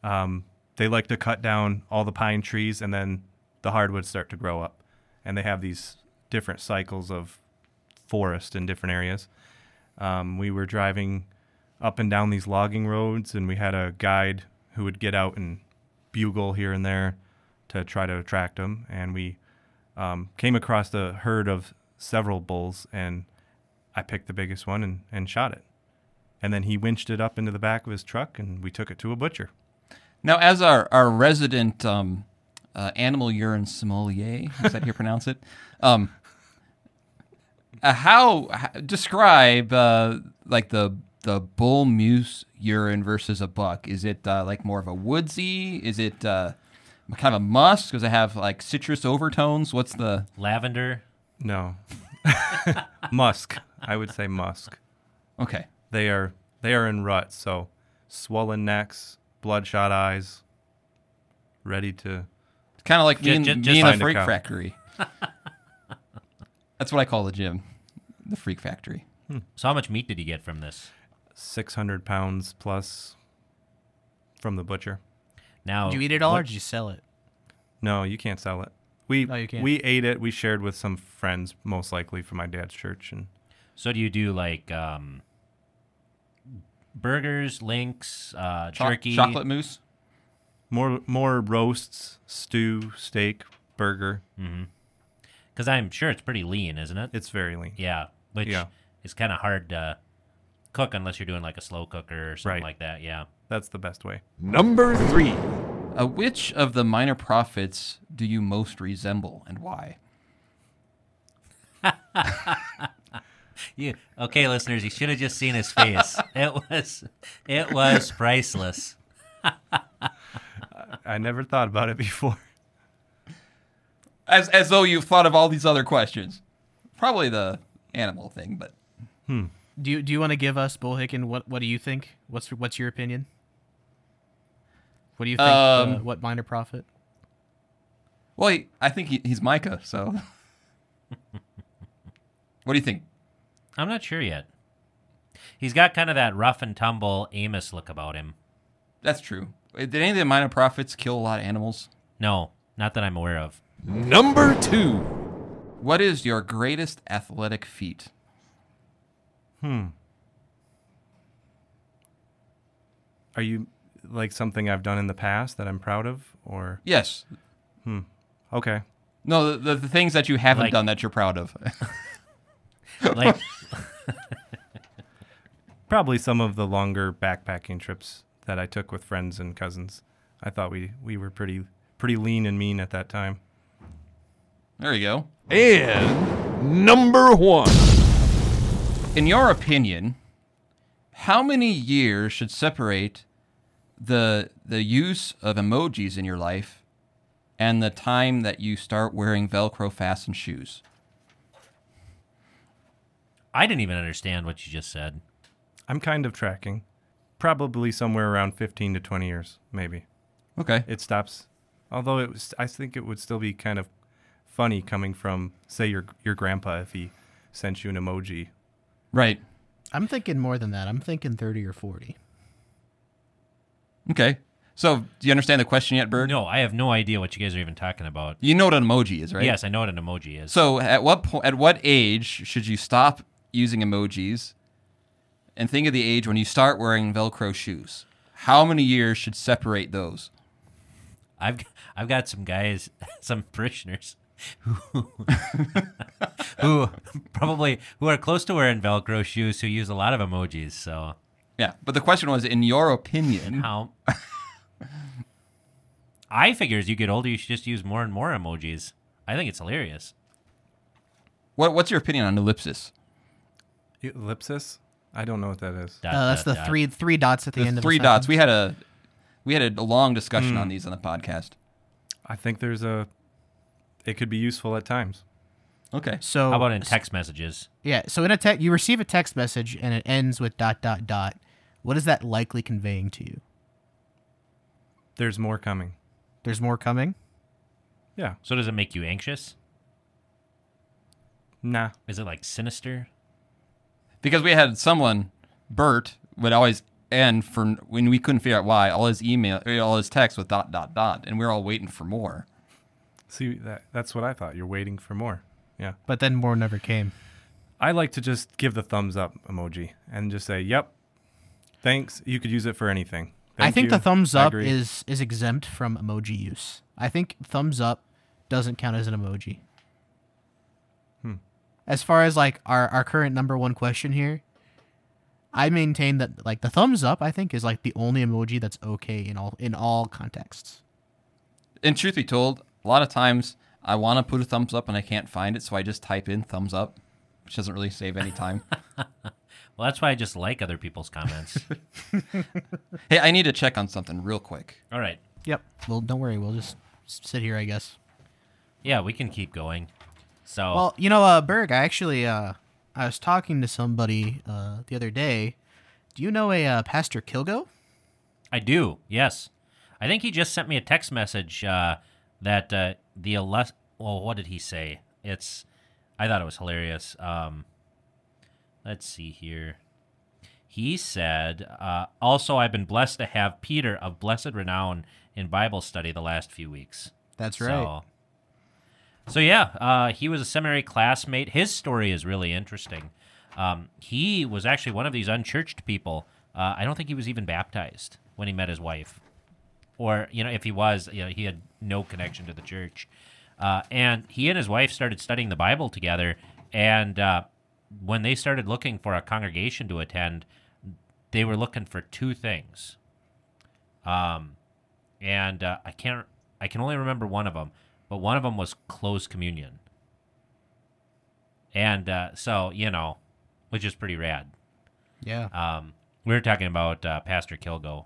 [SPEAKER 4] Um, they like to cut down all the pine trees and then the hardwoods start to grow up. And they have these different cycles of forest in different areas. Um, we were driving up and down these logging roads, and we had a guide who would get out and bugle here and there to try to attract them. And we um, came across the herd of several bulls, and I picked the biggest one and, and shot it. And then he winched it up into the back of his truck, and we took it to a butcher.
[SPEAKER 2] Now, as our, our resident um, uh, animal urine sommelier, is that how you pronounce it? Um, uh, how, how describe uh, like the the bull moose urine versus a buck? Is it uh, like more of a woodsy? Is it uh, kind of a musk? Does it have like citrus overtones? What's the
[SPEAKER 3] lavender.
[SPEAKER 4] No, musk. I would say musk.
[SPEAKER 2] okay?
[SPEAKER 4] They are they are in ruts, so swollen necks, bloodshot eyes, ready to.
[SPEAKER 2] It's kind of like
[SPEAKER 3] Ju-
[SPEAKER 2] me and,
[SPEAKER 3] ju- just
[SPEAKER 2] me and the
[SPEAKER 4] find a
[SPEAKER 2] freak
[SPEAKER 4] cow.
[SPEAKER 2] factory. That's what I call the gym, the freak factory.
[SPEAKER 3] So how much meat did you get from this?
[SPEAKER 4] 600 pounds plus from the butcher.
[SPEAKER 3] Now
[SPEAKER 5] Did you eat it all or
[SPEAKER 3] what-
[SPEAKER 5] did you sell it?
[SPEAKER 4] No, you can't sell it. We
[SPEAKER 5] No, you can't.
[SPEAKER 4] we ate it. We shared with some friends, most likely from my dad's church, and
[SPEAKER 3] So do you do like um, burgers, links, uh,
[SPEAKER 2] Cho-
[SPEAKER 3] jerky,
[SPEAKER 2] chocolate mousse.
[SPEAKER 4] more more roasts, stew, steak, burger.
[SPEAKER 3] Because I'm sure it's pretty lean, isn't it?
[SPEAKER 4] It's very lean.
[SPEAKER 3] Yeah, which
[SPEAKER 4] Yeah.
[SPEAKER 3] is kind of hard to cook unless you're doing like a slow cooker or something
[SPEAKER 4] Right.
[SPEAKER 3] like that. Yeah.
[SPEAKER 4] That's the best way.
[SPEAKER 1] Number three.
[SPEAKER 2] Uh, which of the minor prophets do you most resemble and why?
[SPEAKER 3] You okay, listeners? You should have just seen his face. it was, it was priceless.
[SPEAKER 4] I never thought about it before.
[SPEAKER 2] As as though you've thought of all these other questions. Probably the animal thing, but
[SPEAKER 5] Do you do you want to give us Bullhicken? What what do you think? What's what's your opinion? What do you think? uh,
[SPEAKER 2] Um,
[SPEAKER 5] what minor prophet?
[SPEAKER 2] well, he, I think he, he's Micah. So, what do you think?
[SPEAKER 3] I'm not sure yet. He's got kind of that rough and tumble Amos look about him.
[SPEAKER 2] That's true. Did any of the minor prophets kill a lot of animals?
[SPEAKER 3] No, not that I'm aware of.
[SPEAKER 1] Number two.
[SPEAKER 2] What is your greatest athletic feat?
[SPEAKER 4] Are you like something I've done in the past that I'm proud of, or
[SPEAKER 2] Yes.
[SPEAKER 4] okay?
[SPEAKER 2] No, the, the, the things that you haven't
[SPEAKER 3] Like-
[SPEAKER 2] done that you're proud of.
[SPEAKER 3] Like,
[SPEAKER 4] Probably some of the longer backpacking trips that I took with friends and cousins. I thought we we were pretty pretty lean and mean at that time.
[SPEAKER 2] there you go.
[SPEAKER 1] And number one.
[SPEAKER 2] In your opinion, how many years should separate the the use of emojis in your life and the time that you start wearing Velcro fastened shoes?
[SPEAKER 3] I didn't even understand what you just said.
[SPEAKER 4] I'm kind of tracking, probably somewhere around 15 to 20 years, maybe.
[SPEAKER 2] Okay.
[SPEAKER 4] It stops. Although it was, I think it would still be kind of funny coming from, say, your your grandpa if he sent you an emoji.
[SPEAKER 2] Right.
[SPEAKER 5] I'm thinking more than that. I'm thinking thirty or forty.
[SPEAKER 2] Okay. So, do you understand the question yet, Bird?
[SPEAKER 3] No, I have no idea what you guys are even talking about.
[SPEAKER 2] You know what an emoji is, right?
[SPEAKER 3] Yes, I know what an emoji is.
[SPEAKER 2] So, at what point at what age should you stop using emojis and think of the age when you start wearing Velcro shoes? How many years should separate those?
[SPEAKER 3] I've g- I've got some guys, some parishioners, who, who probably who are close to wearing Velcro shoes who use a lot of emojis. So
[SPEAKER 2] Yeah, but the question was, in your opinion,
[SPEAKER 3] how? I figure as you get older, you should just use more and more emojis. I think it's hilarious.
[SPEAKER 2] What, what's your opinion on ellipsis?
[SPEAKER 4] Ellipsis? I don't know what that is.
[SPEAKER 3] Dot,
[SPEAKER 5] Uh, that's
[SPEAKER 3] dot,
[SPEAKER 5] the
[SPEAKER 3] dot.
[SPEAKER 5] three three dots at the,
[SPEAKER 2] The
[SPEAKER 5] end of a
[SPEAKER 2] three dots.
[SPEAKER 5] sentence. Hmm.
[SPEAKER 2] We had a we had a long discussion on these on the podcast.
[SPEAKER 4] I think there's a. It could be useful at times.
[SPEAKER 2] Okay.
[SPEAKER 5] So
[SPEAKER 3] How about in text messages?
[SPEAKER 5] yeah. So in a text, you receive a text message and it ends with dot dot dot. What is that likely conveying to you?
[SPEAKER 4] There's more coming.
[SPEAKER 5] There's more coming.
[SPEAKER 4] Yeah.
[SPEAKER 3] So does it make you anxious?
[SPEAKER 4] Nah.
[SPEAKER 3] Is it like sinister?
[SPEAKER 2] because we had someone, Bert, would always end for when we couldn't figure out why all his email, or all his text was dot dot dot, and we were all waiting for more.
[SPEAKER 4] See, that, that's what I thought. You're waiting for more. Yeah.
[SPEAKER 5] But then more never came.
[SPEAKER 4] I like to just give the thumbs up emoji and just say, "Yep, thanks." You could use it for anything.
[SPEAKER 5] I
[SPEAKER 4] Thank
[SPEAKER 5] think
[SPEAKER 4] you.
[SPEAKER 5] the thumbs
[SPEAKER 4] I
[SPEAKER 5] up
[SPEAKER 4] agree.
[SPEAKER 5] is is exempt from emoji use. I think thumbs up doesn't count as an emoji.
[SPEAKER 4] Hmm.
[SPEAKER 5] As far as like our our current number one question here, I maintain that like the thumbs up I think is like the only emoji that's okay in all in all contexts.
[SPEAKER 2] And truth be told, a lot of times I want to put a thumbs up and I can't find it, so I just type in thumbs up, which doesn't really save any time.
[SPEAKER 3] Well, that's why I just like other people's comments.
[SPEAKER 2] hey, I need to check on something real quick.
[SPEAKER 3] All right.
[SPEAKER 5] Yep. Well, don't worry. We'll just s- sit here, I guess.
[SPEAKER 3] Yeah, we can keep going. So
[SPEAKER 5] Well, you know, uh, Berg, I actually uh, I was talking to somebody uh, the other day. Do you know a uh, Pastor Kilgo?
[SPEAKER 3] I do. Yes, I think he just sent me a text message uh, that uh, the elect. Well, what did he say? It's. I thought it was hilarious. Um, let's see here. He said, uh, "Also, I've been blessed to have Peter of blessed renown in Bible study the last few weeks."
[SPEAKER 5] That's right.
[SPEAKER 3] So, so yeah, uh, he was a seminary classmate. His story is really interesting. Um, he was actually one of these unchurched people. Uh, I don't think he was even baptized when he met his wife, or you know, if he was, you know, he had no connection to the church. Uh, and he and his wife started studying the Bible together. And uh, when they started looking for a congregation to attend, they were looking for two things. Um, and uh, I can't. I can only remember one of them, but one of them was closed communion. And uh, so you know, which is pretty rad.
[SPEAKER 5] Yeah.
[SPEAKER 3] Um, we were talking about uh, Pastor Kilgo,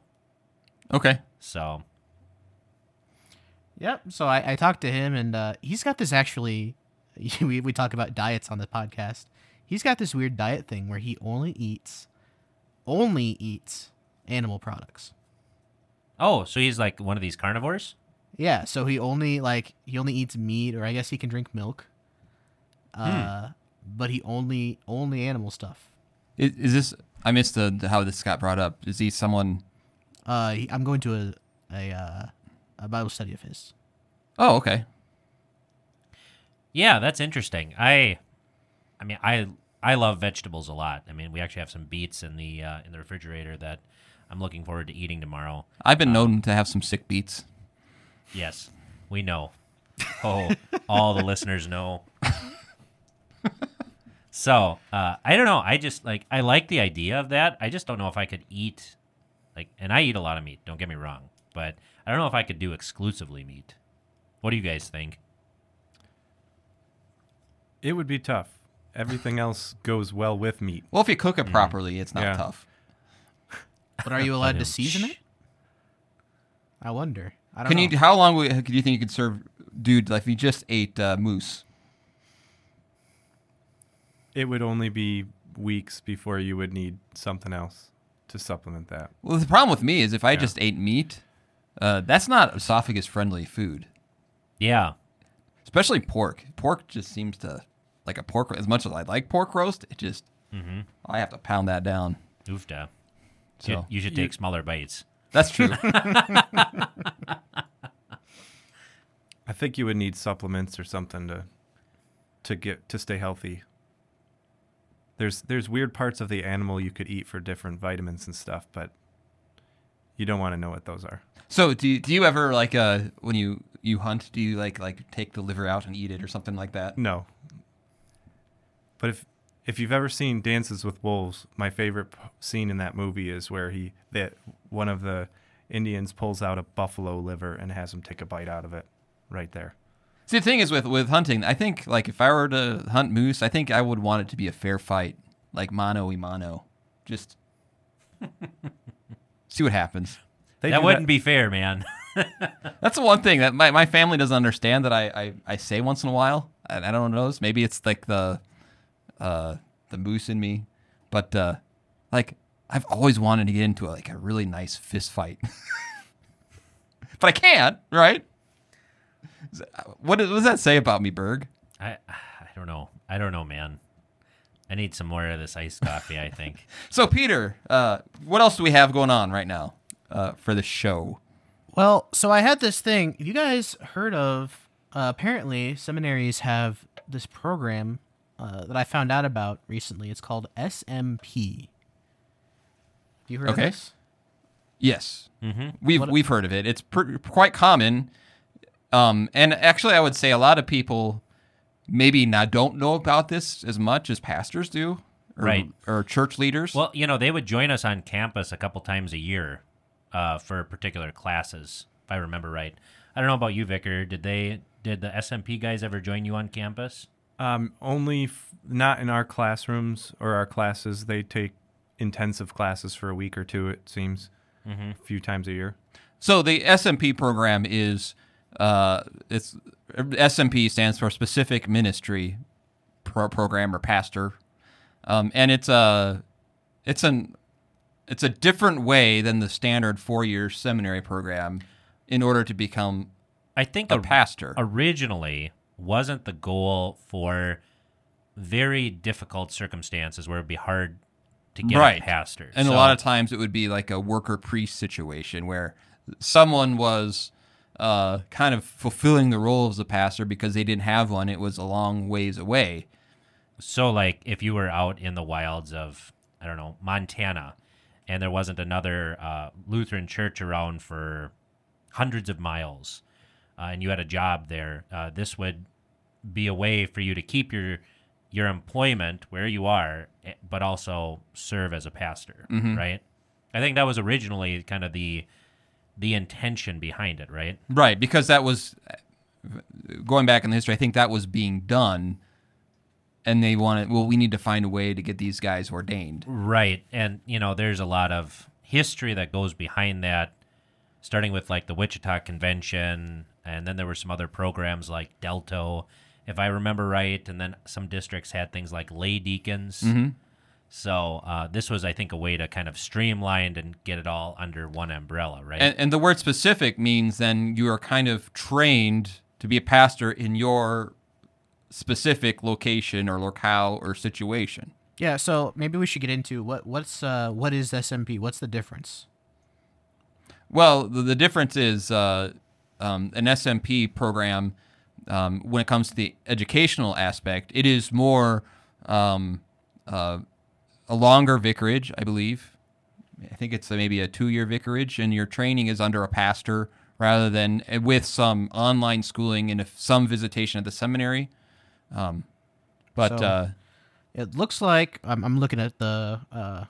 [SPEAKER 2] Okay.
[SPEAKER 3] so
[SPEAKER 5] Yep. So I, I talked to him, and uh, he's got this actually. We, we talk about diets on the podcast. He's got this weird diet thing where he only eats, only eats animal products.
[SPEAKER 3] oh, so he's like one of these carnivores.
[SPEAKER 5] Yeah. So he only like he only eats meat, or I guess he can drink milk. Uh, but he only only animal stuff.
[SPEAKER 2] Is, is this? I missed the, the- how this got brought up. Is he someone?
[SPEAKER 5] Uh, he, I'm going to a a uh, a Bible study of his.
[SPEAKER 2] Oh, okay.
[SPEAKER 3] Yeah, that's interesting. I, I mean, I I love vegetables a lot. I mean, we actually have some beets in the uh, in the refrigerator that I'm looking forward to eating tomorrow.
[SPEAKER 2] I've
[SPEAKER 5] Uh,
[SPEAKER 2] been known to have some sick beats.
[SPEAKER 3] Yes, we know. Oh, all the listeners know. so uh, I don't know. I just like I like the idea of that. I just don't know if I could eat like, and I eat a lot of meat. Don't get me wrong, but I don't know if I could do exclusively meat. What do you guys think?
[SPEAKER 4] It would be tough. Everything else goes well with meat.
[SPEAKER 2] Well, if you cook
[SPEAKER 5] Mm.
[SPEAKER 2] it properly, it's not
[SPEAKER 4] Yeah.
[SPEAKER 2] tough.
[SPEAKER 5] But are you allowed to
[SPEAKER 3] him.
[SPEAKER 5] season
[SPEAKER 3] Shh.
[SPEAKER 5] it? I wonder. I don't
[SPEAKER 2] Can
[SPEAKER 5] know.
[SPEAKER 2] you? How long would- do you think you could serve, dude? Like if you just ate uh, moose.
[SPEAKER 4] It would only be weeks before you would need something else to supplement that.
[SPEAKER 2] Well, the problem with me is if I just ate meat, uh, that's not esophagus friendly food,
[SPEAKER 3] Yeah,
[SPEAKER 2] especially pork. Pork just seems to like a pork. As much as I like pork roast, it just
[SPEAKER 5] Mm-hmm.
[SPEAKER 2] I have to pound that down.
[SPEAKER 3] oofda.
[SPEAKER 2] So
[SPEAKER 3] you, you should take smaller bites.
[SPEAKER 2] that's true.
[SPEAKER 4] I think you would need supplements or something to to get to stay healthy. There's there's weird parts of the animal you could eat for different vitamins and stuff, but you don't want to know what those are.
[SPEAKER 2] so do you, do you ever like uh when you you hunt? Do you like like take the liver out and eat it or something like that?
[SPEAKER 4] No. But if if you've ever seen Dances with Wolves, my favorite p- scene in that movie is where he that one of the Indians pulls out a buffalo liver and has him take a bite out of it right there.
[SPEAKER 2] See, the thing is with with hunting, I think like if I were to hunt moose, I think I would want it to be a fair fight, like mano y mano, just see what happens.
[SPEAKER 4] They
[SPEAKER 3] that
[SPEAKER 4] do
[SPEAKER 3] wouldn't be fair, man.
[SPEAKER 2] That's the one thing that my, my family doesn't understand that I, I, I say once in a while. I, I don't know. it's- Maybe it's like the uh, the moose in me, but uh, like I've always wanted to get into a, like a really nice fist fight, but I can't. Right? What, does- what does that say about me, Berg?
[SPEAKER 3] I I don't know. I don't know, man. I need some more of this iced coffee. I think.
[SPEAKER 2] So, Peter, uh, what else do we have going on right now uh, for the show?
[SPEAKER 5] Well, so I had this thing. You guys heard of? Uh, apparently, seminaries have this program uh, that I found out about recently. It's called SMP. You heard
[SPEAKER 2] Okay.
[SPEAKER 5] of this?
[SPEAKER 2] Yes, mm-hmm. we've we've heard of it. It's pr- quite common, um, and actually, I would say a lot of people maybe not don't know about this as much as pastors do, or,
[SPEAKER 3] Right.
[SPEAKER 2] Or church leaders.
[SPEAKER 3] Well, you know, they would join us on campus a couple times a year uh, for particular classes, if I remember right. I don't know about you, Vicar. Did they? Did the SMP guys ever join you on campus?
[SPEAKER 4] Um, only f- not in our classrooms or our classes. They take intensive classes for a week or two. It seems a few times a year.
[SPEAKER 2] So the SMP program is uh, it's SMP stands for specific ministry pro- program or pastor, um, and it's a it's an it's a different way than the standard four year seminary program in order to become
[SPEAKER 3] I think
[SPEAKER 2] a
[SPEAKER 3] or-
[SPEAKER 2] pastor.
[SPEAKER 3] originally wasn't the goal for very difficult circumstances where it'd be hard to get
[SPEAKER 2] Right.
[SPEAKER 3] a pastor.
[SPEAKER 2] And
[SPEAKER 3] So-
[SPEAKER 2] a lot of times it would be like a worker priest situation where someone was uh, kind of fulfilling the role as a pastor because they didn't have one. It was a long ways away.
[SPEAKER 3] So, like, if you were out in the wilds of, I don't know, Montana, and there wasn't another uh, Lutheran church around for hundreds of miles, uh, and you had a job there, uh, this would be a way for you to keep your your employment where you are, eh, but also serve as a pastor, right? I think that was originally kind of the the intention behind it, right?
[SPEAKER 2] Right, because that was going back in the history. I think that was being done, and they wanted. Well, we need to find a way to get these guys ordained.
[SPEAKER 3] Right. And, you know, there's a lot of history that goes behind that, starting with like the Wichita Convention. And then there were some other programs like Delto, if I remember right. And then some districts had things like lay deacons. So uh, this was, I think, a way to kind of streamline and get it all under one umbrella, right?
[SPEAKER 2] And, and the word specific means then you are kind of trained to be a pastor in your specific location or locale or situation.
[SPEAKER 5] Yeah. So maybe we should get into what what's uh, what is SMP? What's the difference?
[SPEAKER 2] Well, the, the difference is uh, um, an SMP program, um, when it comes to the educational aspect, it is more um, uh, a longer vicarage, I believe. I think it's maybe a two year vicarage, and your training is under a pastor rather than eh, with some online schooling and if some visitation at the seminary. Um, but
[SPEAKER 5] So-
[SPEAKER 2] uh,
[SPEAKER 5] It looks like I'm, I'm looking at the uh,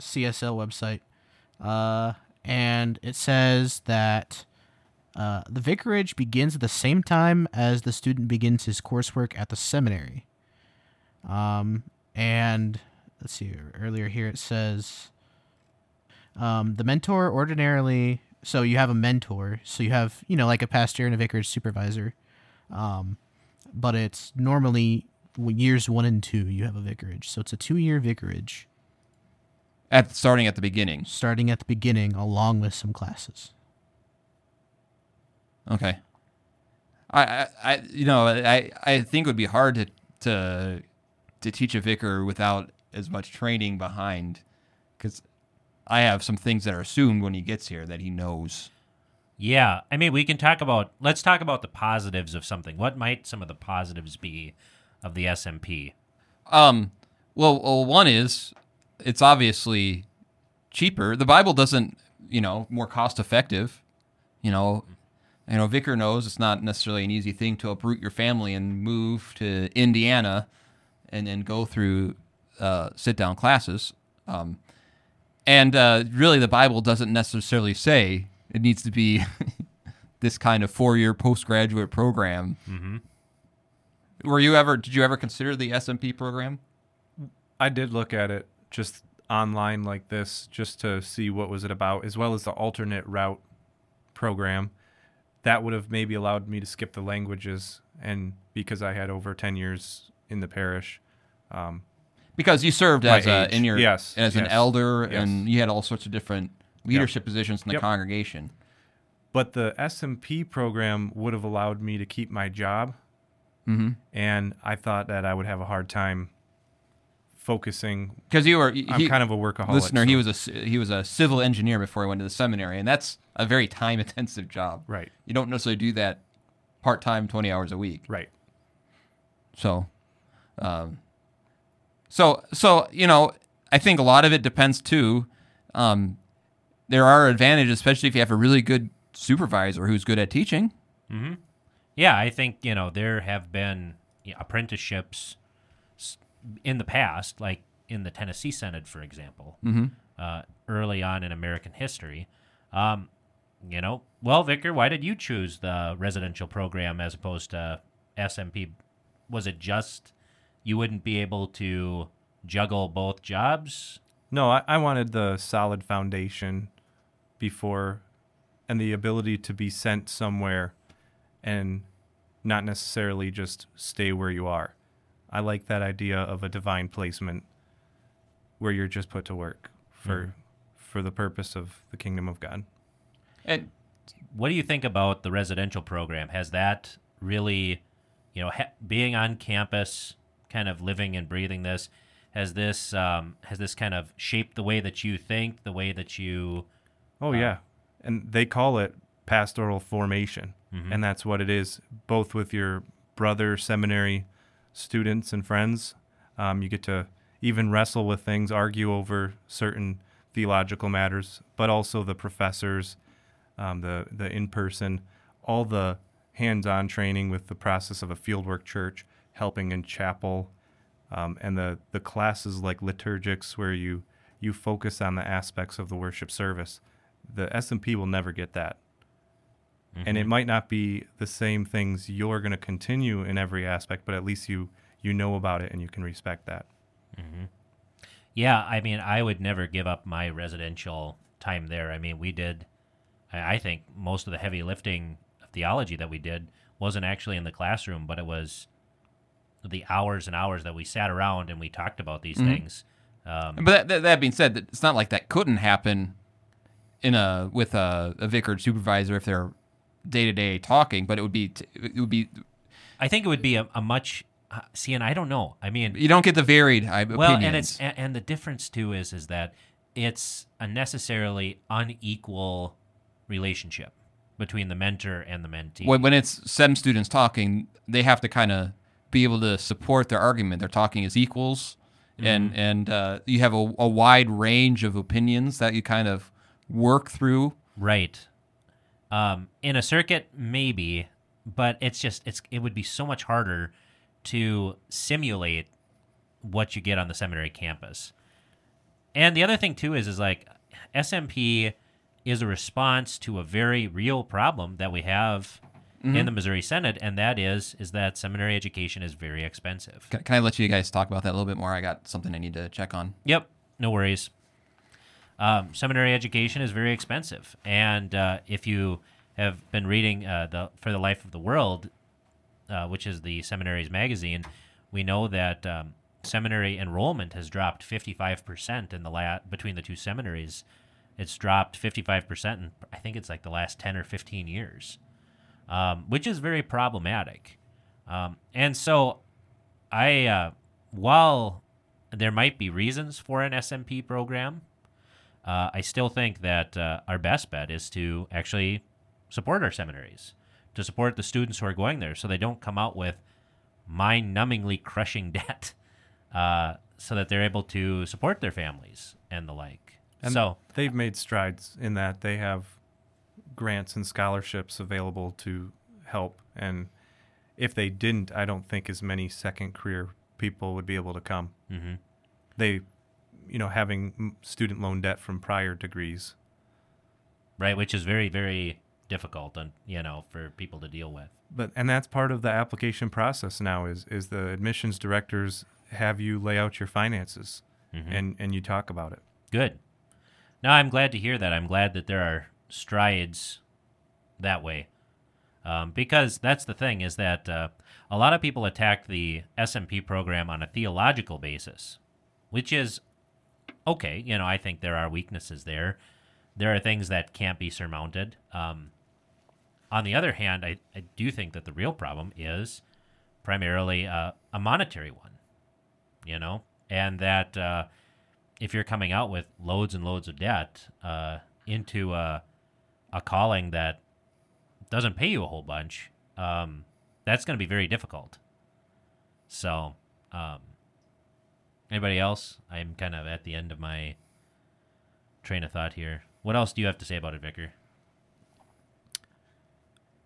[SPEAKER 5] CSL website, uh, and it says that uh, the vicarage begins at the same time as the student begins his coursework at the seminary. Um, and let's see, earlier here it says um, the mentor ordinarily. So you have a mentor. So you have, you know, like a pastor and a vicarage supervisor but it's normally w- years one and two you have a vicarage so it's a two-year vicarage
[SPEAKER 2] at starting at the beginning.
[SPEAKER 5] starting at the beginning along with some classes
[SPEAKER 2] Okay. I, I, I you know, I, I think it would be hard to, to to teach a vicar without as much training behind, because I have some things that are assumed when he gets here that he knows.
[SPEAKER 3] Yeah, I mean, we can talk about. Let's talk about the positives of something. What might some of the positives be of the SMP?
[SPEAKER 2] Um, well, well, one is it's obviously cheaper. The Bible doesn't, you know, more cost effective. You know, you know, Vicar knows it's not necessarily an easy thing to uproot your family and move to Indiana, and then go through uh, sit down classes. Um, and uh, really, the Bible doesn't necessarily say it needs to be this kind of four year postgraduate program. Were you ever? Did you ever consider the SMP program?
[SPEAKER 4] I did look at it just online like this, just to see what was it about, as well as the alternate route program. That would have maybe allowed me to skip the languages, and because I had over ten years in the parish,
[SPEAKER 2] because you served
[SPEAKER 4] My
[SPEAKER 2] as a,
[SPEAKER 4] age.
[SPEAKER 2] in your
[SPEAKER 4] Yes,
[SPEAKER 2] as an
[SPEAKER 4] yes,
[SPEAKER 2] elder
[SPEAKER 4] yes.
[SPEAKER 2] and you had all sorts of different leadership positions in the
[SPEAKER 4] Yep.
[SPEAKER 2] congregation.
[SPEAKER 4] but the SMP program would have allowed me to keep my job.
[SPEAKER 2] Mm-hmm.
[SPEAKER 4] And I thought that I would have a hard time focusing.
[SPEAKER 2] Because you were he,
[SPEAKER 4] I'm kind of a workaholic.
[SPEAKER 2] listener.
[SPEAKER 4] so-
[SPEAKER 2] He was a c- he was a civil engineer before he went to the seminary, and that's a very time intensive job.
[SPEAKER 4] Right.
[SPEAKER 2] You don't necessarily do that part time, twenty hours a week.
[SPEAKER 4] Right.
[SPEAKER 2] So, um, so so you know, I think a lot of it depends too. Um, there are advantages, especially if you have a really good supervisor who's good at teaching.
[SPEAKER 3] Yeah, I think you know there have been you know, apprenticeships s- in the past, like in the Tennessee Senate, for example, uh, early on in American history. Um, you know, well, Vicar, why did you choose the residential program as opposed to SMP? Was it just you wouldn't be able to juggle both jobs?
[SPEAKER 4] No, I, I wanted the solid foundation before and the ability to be sent somewhere and not necessarily just stay where you are. I like that idea of a divine placement where you're just put to work for for the purpose of the kingdom of God.
[SPEAKER 2] And
[SPEAKER 3] What do you think about the residential program? Has that really, you know, ha- being on campus, kind of living and breathing this, has this um, has this kind of shaped the way that you think, the way that you
[SPEAKER 4] Oh yeah, and they call it pastoral formation, and that's what it is. Both with your brother seminary students and friends, um, you get to even wrestle with things, argue over certain theological matters, but also the professors, um, the the in person, all the hands-on training with the process of a fieldwork church, helping in chapel, um, and the the classes like liturgics where you you focus on the aspects of the worship service. The S and P will never get that, and it might not be the same things you're going to continue in every aspect, but at least you you know about it and you can respect that.
[SPEAKER 3] Yeah, I mean, I would never give up my residential time there. I mean, we did, I I think most of the heavy lifting of theology that we did wasn't actually in the classroom, but it was the hours and hours that we sat around and we talked about these things. Um,
[SPEAKER 2] but that, that, that being said, that- it's not like that couldn't happen in a with a, a vicar supervisor if they're day to day talking, but it would be t- it would be
[SPEAKER 3] I think it would be a, a much, uh, see, and I don't know. I mean,
[SPEAKER 2] you don't get the varied I,
[SPEAKER 3] well,
[SPEAKER 2] opinions.
[SPEAKER 3] and it's and, and the difference too is is that it's a necessarily unequal relationship between the mentor and the mentee.
[SPEAKER 2] when, when it's SEM students talking, they have to kind of be able to support their argument. They're talking as equals, and
[SPEAKER 3] Mm-hmm.
[SPEAKER 2] and uh, you have a, a wide range of opinions that you kind of work through.
[SPEAKER 3] Right. Um, in a circuit, maybe, but it's just it's it would be so much harder to simulate what you get on the seminary campus. And the other thing too is is like SMP is a response to a very real problem that we have in the Missouri Senate, and that is is that seminary education is very expensive.
[SPEAKER 2] Can, can I let you guys talk about that a little bit more? I got something I need to check on.
[SPEAKER 3] Yep, no worries. Um, seminary education is very expensive, and uh, if you have been reading uh, the For the Life of the World, uh, which is the seminary's magazine, we know that um, seminary enrollment has dropped 55% in the la- between the two seminaries. It's dropped 55%, in, I think it's like the last 10 or 15 years, um, which is very problematic. Um, and so I uh, while there might be reasons for an SMP program, uh, I still think that uh, our best bet is to actually support our seminaries, to support the students who are going there, so they don't come out with mind-numbingly crushing debt, uh, so that they're able to support their families and the like.
[SPEAKER 4] And
[SPEAKER 3] so
[SPEAKER 4] they've made strides in that they have grants and scholarships available to help. And if they didn't, I don't think as many second career people would be able to come. Mm-hmm. They, you know, having m- student loan debt from prior degrees.
[SPEAKER 3] right, which is very very difficult and you know for people to deal with.
[SPEAKER 4] But and that's part of the application process now is is the admissions directors have you lay out your finances and and you talk about it.
[SPEAKER 3] Good. No, I'm glad to hear that. I'm glad that there are strides that way, um, because that's the thing is that uh, a lot of people attack the SMP program on a theological basis, which is okay. You know, I think there are weaknesses there. There are things that can't be surmounted. Um, On the other hand, I, I do think that the real problem is primarily uh, a monetary one, you know, and that uh, if you're coming out with loads and loads of debt uh, into a, a calling that doesn't pay you a whole bunch, um, that's going to be very difficult. So, um, anybody else? I'm kind of at the end of my train of thought here. What else do you have to say about it, Vicar?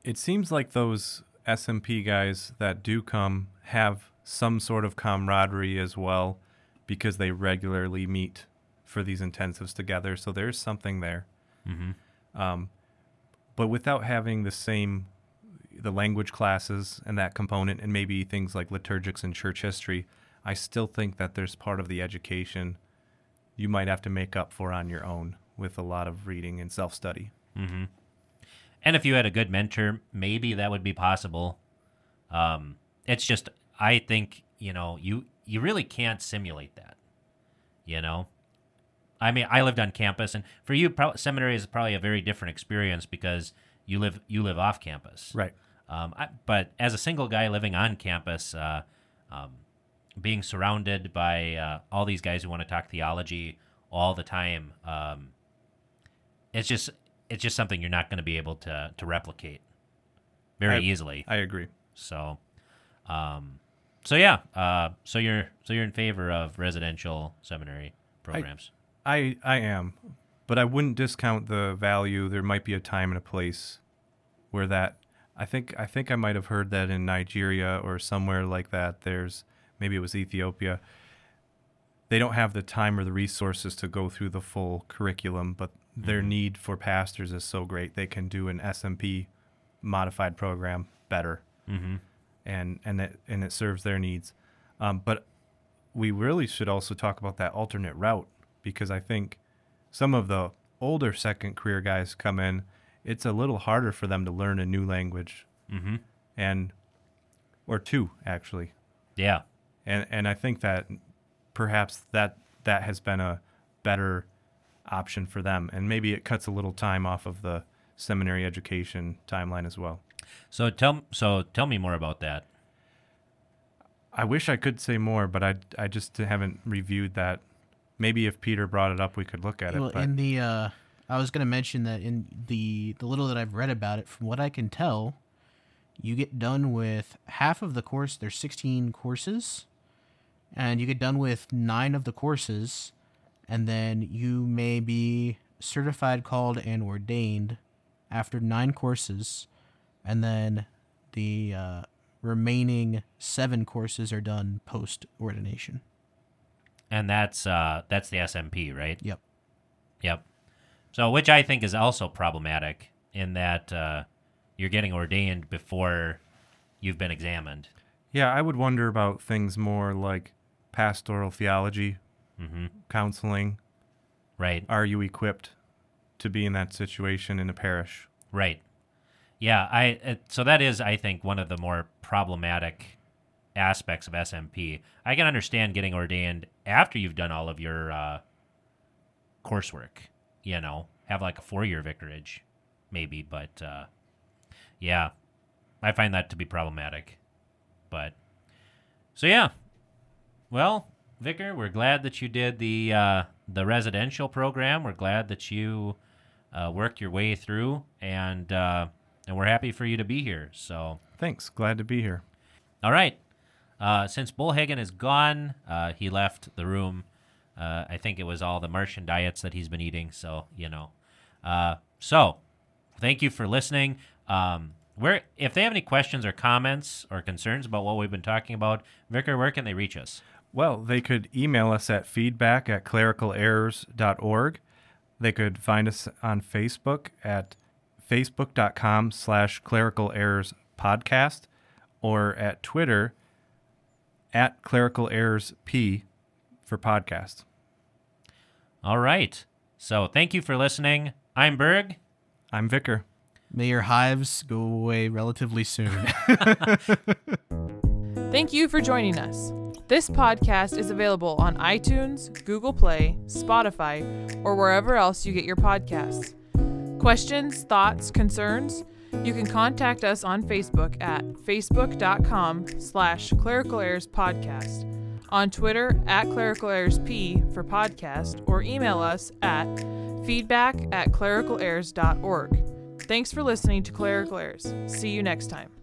[SPEAKER 4] It seems like those SMP guys that do come have some sort of camaraderie as well because they regularly meet for these intensives together. So there's something there.
[SPEAKER 3] Mhm.
[SPEAKER 4] Um, but without having the same, the language classes and that component, and maybe things like liturgics and church history, I still think that there's part of the education you might have to make up for on your own with a lot of reading and self study.
[SPEAKER 3] and if you had a good mentor, maybe that would be possible. Um, it's just I think you know you you really can't simulate that. You know, I mean, I lived on campus, and for you, prob seminary is probably a very different experience because you live you live off campus,
[SPEAKER 4] Right.
[SPEAKER 3] Um, I, but as a single guy living on campus, uh, um, being surrounded by uh, all these guys who want to talk theology all the time, um, it's just it's just something you're not going to be able to to replicate very
[SPEAKER 4] I-
[SPEAKER 3] easily.
[SPEAKER 4] I agree.
[SPEAKER 3] So, um, so yeah, uh, so you're so you're in favor of residential seminary programs.
[SPEAKER 4] I I am, but I wouldn't discount the value. There might be a time and a place where that I think I think I might have heard that in Nigeria or somewhere like that. There's maybe it was Ethiopia. They don't have the time or the resources to go through the full curriculum, but their need for pastors is so great they can do an SMP modified program better, and and it and it serves their needs. Um, but we really should also talk about that alternate route because I think some of the older second career guys come in, it's a little harder for them to learn a new language
[SPEAKER 3] Mm-hmm.
[SPEAKER 4] and or two actually.
[SPEAKER 3] Yeah.
[SPEAKER 4] And and I think that perhaps that that has been a better option for them and maybe it cuts a little time off of the seminary education timeline as well.
[SPEAKER 3] So tell so tell me more about that.
[SPEAKER 4] I wish I could say more, but I I just haven't reviewed that. Maybe if Peter brought it up, we could look at it.
[SPEAKER 5] Well,
[SPEAKER 4] but-
[SPEAKER 5] in the uh, I was going to mention that in the the little that I've read about it, from what I can tell, you get done with half of the course. There's 16 courses, and you get done with nine of the courses, and then you may be certified, called, and ordained after nine courses, and then the uh, remaining seven courses are done post ordination.
[SPEAKER 3] And that's uh, that's the SMP, right?
[SPEAKER 5] Yep.
[SPEAKER 3] Yep. So, which I think is also problematic in that uh, you're getting ordained before you've been examined.
[SPEAKER 4] Yeah, I would wonder about things more like pastoral theology,
[SPEAKER 3] hmm
[SPEAKER 4] counseling.
[SPEAKER 3] Right.
[SPEAKER 4] Are you equipped to be in that situation in a parish?
[SPEAKER 3] Right. Yeah. I it, so that is, I think, one of the more problematic aspects of SMP. I can understand getting ordained after you've done all of your uh, coursework. You know, have like a four-year vicarage, maybe. But uh, yeah, I find that to be problematic. But so yeah. Well, Vicar, we're glad that you did the uh, the residential program. We're glad that you uh, worked your way through, and uh, and we're happy for you to be here. So,
[SPEAKER 4] Thanks. Glad to be here.
[SPEAKER 3] all right. Uh, since Bullhagen is gone, uh, he left the room. Uh, I think it was all the Martian diets that he's been eating. So you know. Uh, so, thank you for listening. Um, where if they have any questions or comments or concerns about what we've been talking about, Vicar, where can they reach us?
[SPEAKER 4] Well, they could email us at feedback at clericalerrors.org. They could find us on Facebook at facebook.com slash clerical errors podcast or at Twitter at clerical errors p for podcast.
[SPEAKER 3] All right. So, thank you for listening. I'm Berg.
[SPEAKER 4] I'm Vicar.
[SPEAKER 5] May your hives go away relatively soon.
[SPEAKER 6] Thank you for joining us. This podcast is available on iTunes, Google Play, Spotify, or wherever else you get your podcasts. Questions, thoughts, concerns? You can contact us on Facebook at facebook.com slash clerical errors podcast, on Twitter at clerical errors p for podcast, or email us at feedback at clericalerrors.org. Thanks for listening to Clerical Errors. See you next time.